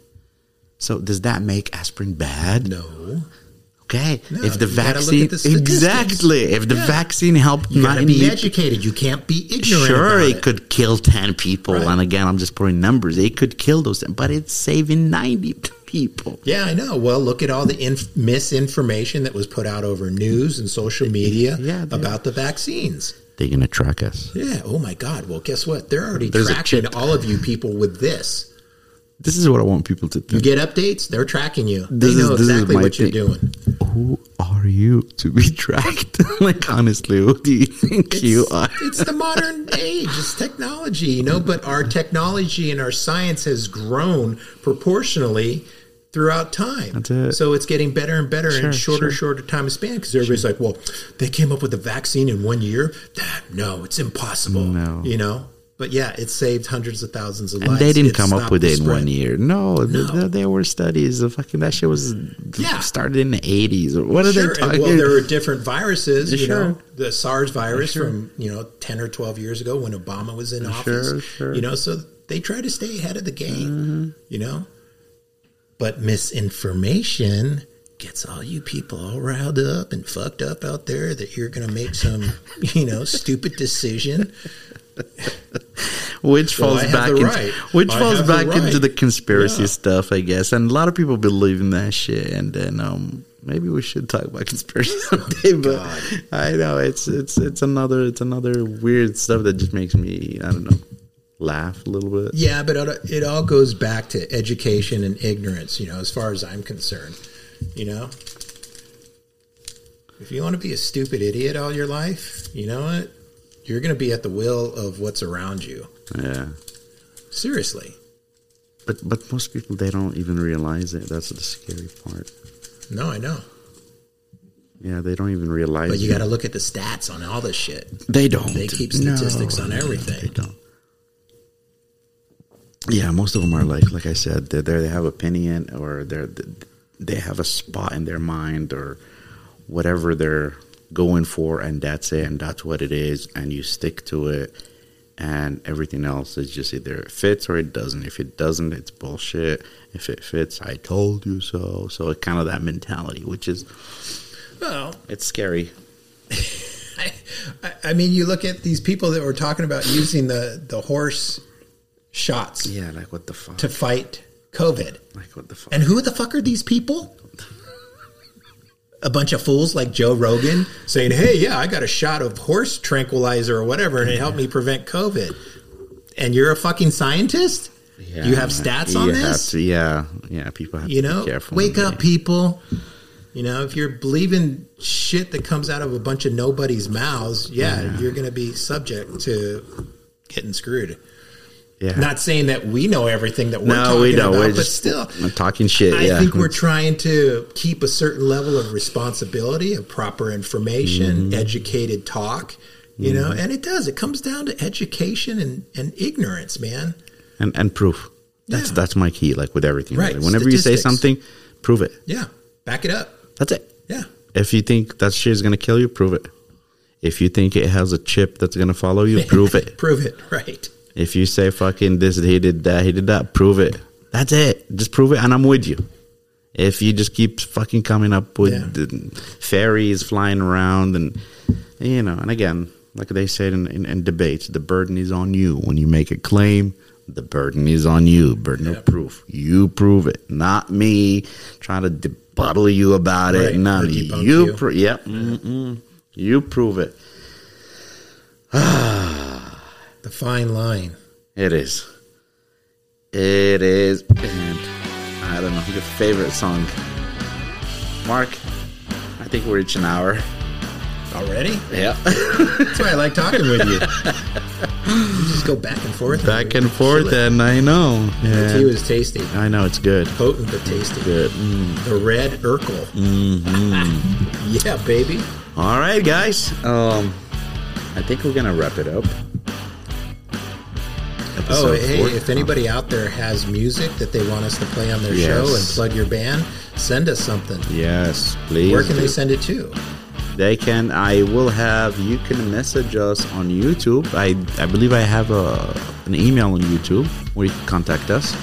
Speaker 4: So does that make aspirin bad?
Speaker 3: No,
Speaker 4: Okay.
Speaker 3: No,
Speaker 4: if the
Speaker 3: you gotta look
Speaker 4: vaccine
Speaker 3: at the statistics.
Speaker 4: exactly, if the
Speaker 3: Yeah.
Speaker 4: vaccine helped
Speaker 3: you gotta be
Speaker 4: 90
Speaker 3: educated. You can't be ignorant.
Speaker 4: sure
Speaker 3: about
Speaker 4: it, could kill 10 people
Speaker 3: Right.
Speaker 4: and again I'm just putting numbers. It could kill those but it's saving 90 people.
Speaker 3: Yeah, I know. Well, look at all the inf- misinformation that was put out over news and social media
Speaker 4: Yeah, they-
Speaker 3: about the vaccines.
Speaker 4: They're going to track us.
Speaker 3: Yeah. Oh my God. Well, guess what? They're already
Speaker 4: There's a
Speaker 3: tracking
Speaker 4: chip.
Speaker 3: all of you people with this.
Speaker 4: This is what I want people to
Speaker 3: You
Speaker 4: think.
Speaker 3: get updates. They're tracking you. They
Speaker 4: This is-
Speaker 3: know
Speaker 4: this is
Speaker 3: exactly
Speaker 4: my
Speaker 3: what you're
Speaker 4: thing.
Speaker 3: doing.
Speaker 4: Who are you to be tracked? like honestly, who do you think you are?
Speaker 3: it's the modern age. It's technology, you know, but our technology and our science has grown proportionally throughout time.
Speaker 4: That's it.
Speaker 3: So it's getting better and better in
Speaker 4: Sure, sure.
Speaker 3: shorter, shorter time span because everybody's like, well, they came up with a vaccine in one year. That, no, it's impossible.
Speaker 4: No.
Speaker 3: You know, But yeah, it saved hundreds of thousands of
Speaker 4: And
Speaker 3: lives.
Speaker 4: they didn't
Speaker 3: It
Speaker 4: come up
Speaker 3: stopped
Speaker 4: with
Speaker 3: the
Speaker 4: it in one
Speaker 3: spread.
Speaker 4: year. No, th- th- there were studies. The fucking that shit was
Speaker 3: Yeah.
Speaker 4: started in the eighties. What are
Speaker 3: Sure.
Speaker 4: they
Speaker 3: and,
Speaker 4: talking?
Speaker 3: Well, there were different viruses. You
Speaker 4: Sure.
Speaker 3: know, the SARS virus from you know ten or twelve years ago when Obama was in office.
Speaker 4: sure. Mm-hmm.
Speaker 3: You know, so they try to stay ahead of the game. You know, but misinformation gets all you people all riled up and fucked up out there that you're going to make some you know stupid decision.
Speaker 4: which
Speaker 3: Well,
Speaker 4: falls
Speaker 3: I have
Speaker 4: back
Speaker 3: the
Speaker 4: into
Speaker 3: right.
Speaker 4: which
Speaker 3: I
Speaker 4: falls
Speaker 3: have the
Speaker 4: back into
Speaker 3: right.
Speaker 4: the conspiracy
Speaker 3: Yeah.
Speaker 4: stuff, I guess. And a lot of people believe in that shit. And then um, maybe we should talk about conspiracy someday. But I know it's it's it's another it's another weird stuff that just makes me I don't know laugh a little bit.
Speaker 3: Yeah, but it- it all goes back to education and ignorance, you know, as far as I'm concerned. You know, if you want to be a stupid idiot all your life, you know what? You're going to be at the will of what's around you.
Speaker 4: Yeah.
Speaker 3: Seriously.
Speaker 4: But but most people they don't even realize it. That's the scary part.
Speaker 3: No, I know.
Speaker 4: Yeah, they don't even realize.
Speaker 3: But you
Speaker 4: it.
Speaker 3: got to look at the stats on all this shit.
Speaker 4: They don't.
Speaker 3: They keep statistics on everything.
Speaker 4: They don't. Yeah, most of them are like, like I said, they're there. They have opinion, or they're they have a spot in their mind, or whatever they're going for, and that's it, and that's what it is, and you stick to it, and everything else is just either it fits or it doesn't. If it doesn't, it's bullshit. If it fits, I told you so. So it kind of that mentality, which is
Speaker 3: Well,
Speaker 4: it's scary.
Speaker 3: I, I- I mean, you look at these people that were talking about using the, the horse shots
Speaker 4: Yeah, like what the fuck?
Speaker 3: to fight COVID.
Speaker 4: Like what the fuck?
Speaker 3: And who the fuck are these people? A bunch of fools like Joe Rogan saying, "Hey, yeah, I got a shot of horse tranquilizer or whatever, and it helped me prevent COVID." And you're a fucking scientist?
Speaker 4: Yeah,
Speaker 3: you have stats on
Speaker 4: you have
Speaker 3: this?
Speaker 4: to- yeah, yeah. People have
Speaker 3: you
Speaker 4: to
Speaker 3: know,
Speaker 4: be careful.
Speaker 3: wake up,
Speaker 4: people.
Speaker 3: people. You know, if you're believing shit that comes out of a bunch of nobody's mouths, yeah, you're going to be subject to getting screwed.
Speaker 4: Yeah.
Speaker 3: Not saying that we know everything that we're
Speaker 4: no,
Speaker 3: talking
Speaker 4: we don't.
Speaker 3: about,
Speaker 4: We're
Speaker 3: but
Speaker 4: just
Speaker 3: still,
Speaker 4: I'm talking shit.
Speaker 3: I
Speaker 4: yeah,
Speaker 3: think we're trying to keep a certain level of responsibility, of proper information,
Speaker 4: Mm-hmm.
Speaker 3: educated talk, you know, and it does. It comes down to education and, and ignorance, man.
Speaker 4: and and proof. That's
Speaker 3: Yeah.
Speaker 4: that's my key. Like with everything,
Speaker 3: Right,
Speaker 4: really. Whenever you say
Speaker 3: statistics.
Speaker 4: something, prove it.
Speaker 3: Yeah. Back it up.
Speaker 4: That's it.
Speaker 3: Yeah.
Speaker 4: If you think that shit is gonna kill you, prove it. If you think it has a chip that's gonna follow you, prove it.
Speaker 3: Prove it. Right.
Speaker 4: If you say fucking this, he did that, he did that, prove it. That's it. Just prove it, and I'm with you. If you just keep fucking coming up with
Speaker 3: Yeah.
Speaker 4: the fairies flying around, and you know, and again, like they said in, in, in debates, the burden is on you when you make a claim. The burden is on you. Burden
Speaker 3: Yeah.
Speaker 4: of proof. You prove it, not me trying to debuttal you about
Speaker 3: Right,
Speaker 4: it. None
Speaker 3: or debunk
Speaker 4: you.
Speaker 3: you.
Speaker 4: Pro- yep. Mm-mm. You prove it.
Speaker 3: The fine line.
Speaker 4: It is. It is. And I don't know your favorite song. Mark, I think we're reaching an hour.
Speaker 3: Already?
Speaker 4: Yeah.
Speaker 3: That's why I like talking with you. You just go back and forth.
Speaker 4: Back and forth, and I know.
Speaker 3: The
Speaker 4: Yeah.
Speaker 3: tea was tasty.
Speaker 4: I know it's good.
Speaker 3: Potent but tasty.
Speaker 4: Good. Mm. Mm-hmm.
Speaker 3: The red Urkel. yeah, baby.
Speaker 4: All right, guys. Um, I think we're gonna wrap it up.
Speaker 3: Oh,
Speaker 4: Episode
Speaker 3: hey,
Speaker 4: four-
Speaker 3: if anybody out there has music that they want us to play on their
Speaker 4: Yes.
Speaker 3: show and plug your band, send us something.
Speaker 4: Yes, please.
Speaker 3: Where can they
Speaker 4: do.
Speaker 3: send it to?
Speaker 4: They can. I will have. You can message us on YouTube. I I believe I have a an email on YouTube where you can contact us.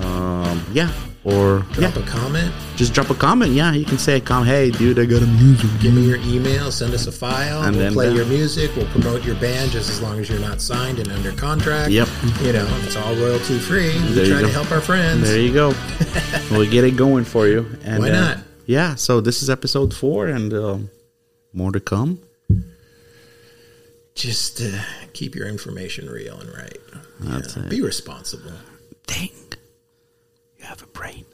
Speaker 4: Um, yeah. Or yeah,
Speaker 3: Drop a comment,
Speaker 4: just drop a comment. Yeah, you can say, "Come, hey, dude, I got a music."
Speaker 3: give me your email, send us a file,
Speaker 4: And
Speaker 3: we'll
Speaker 4: then
Speaker 3: play
Speaker 4: that-
Speaker 3: your music, we'll promote your band just as long as you're not signed and under contract.
Speaker 4: Yep.
Speaker 3: You know, it's all royalty free.
Speaker 4: There
Speaker 3: We
Speaker 4: you
Speaker 3: try to
Speaker 4: go.
Speaker 3: help our friends.
Speaker 4: There you go. we'll get it going for you. And
Speaker 3: Why
Speaker 4: uh,
Speaker 3: not?
Speaker 4: yeah. So this is episode four, and um, more to come.
Speaker 3: Just uh, keep your information real and right.
Speaker 4: That's it.
Speaker 3: Be responsible.
Speaker 4: Think. You have a brain.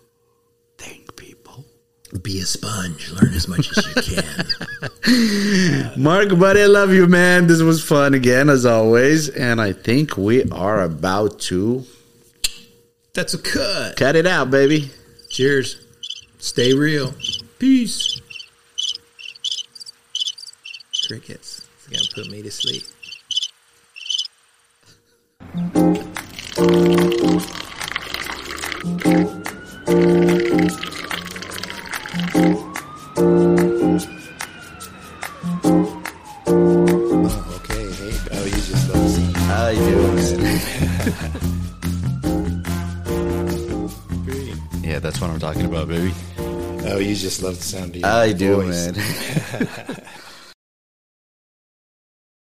Speaker 4: Think, people.
Speaker 3: Be a sponge. Learn as much as you can.
Speaker 4: Mark, buddy, I love you, man. This was fun again, as always. And I think we are about to
Speaker 3: That's a cut.
Speaker 4: cut it out, baby.
Speaker 3: Cheers. Stay real. Peace. Crickets. It's gonna put me to sleep.
Speaker 1: Oh, okay. Hey, oh, you just loves
Speaker 4: I do.
Speaker 2: Yeah, that's what I'm talking about, baby.
Speaker 1: Oh, you just love the sound of your
Speaker 4: I do,
Speaker 1: voice.
Speaker 4: man.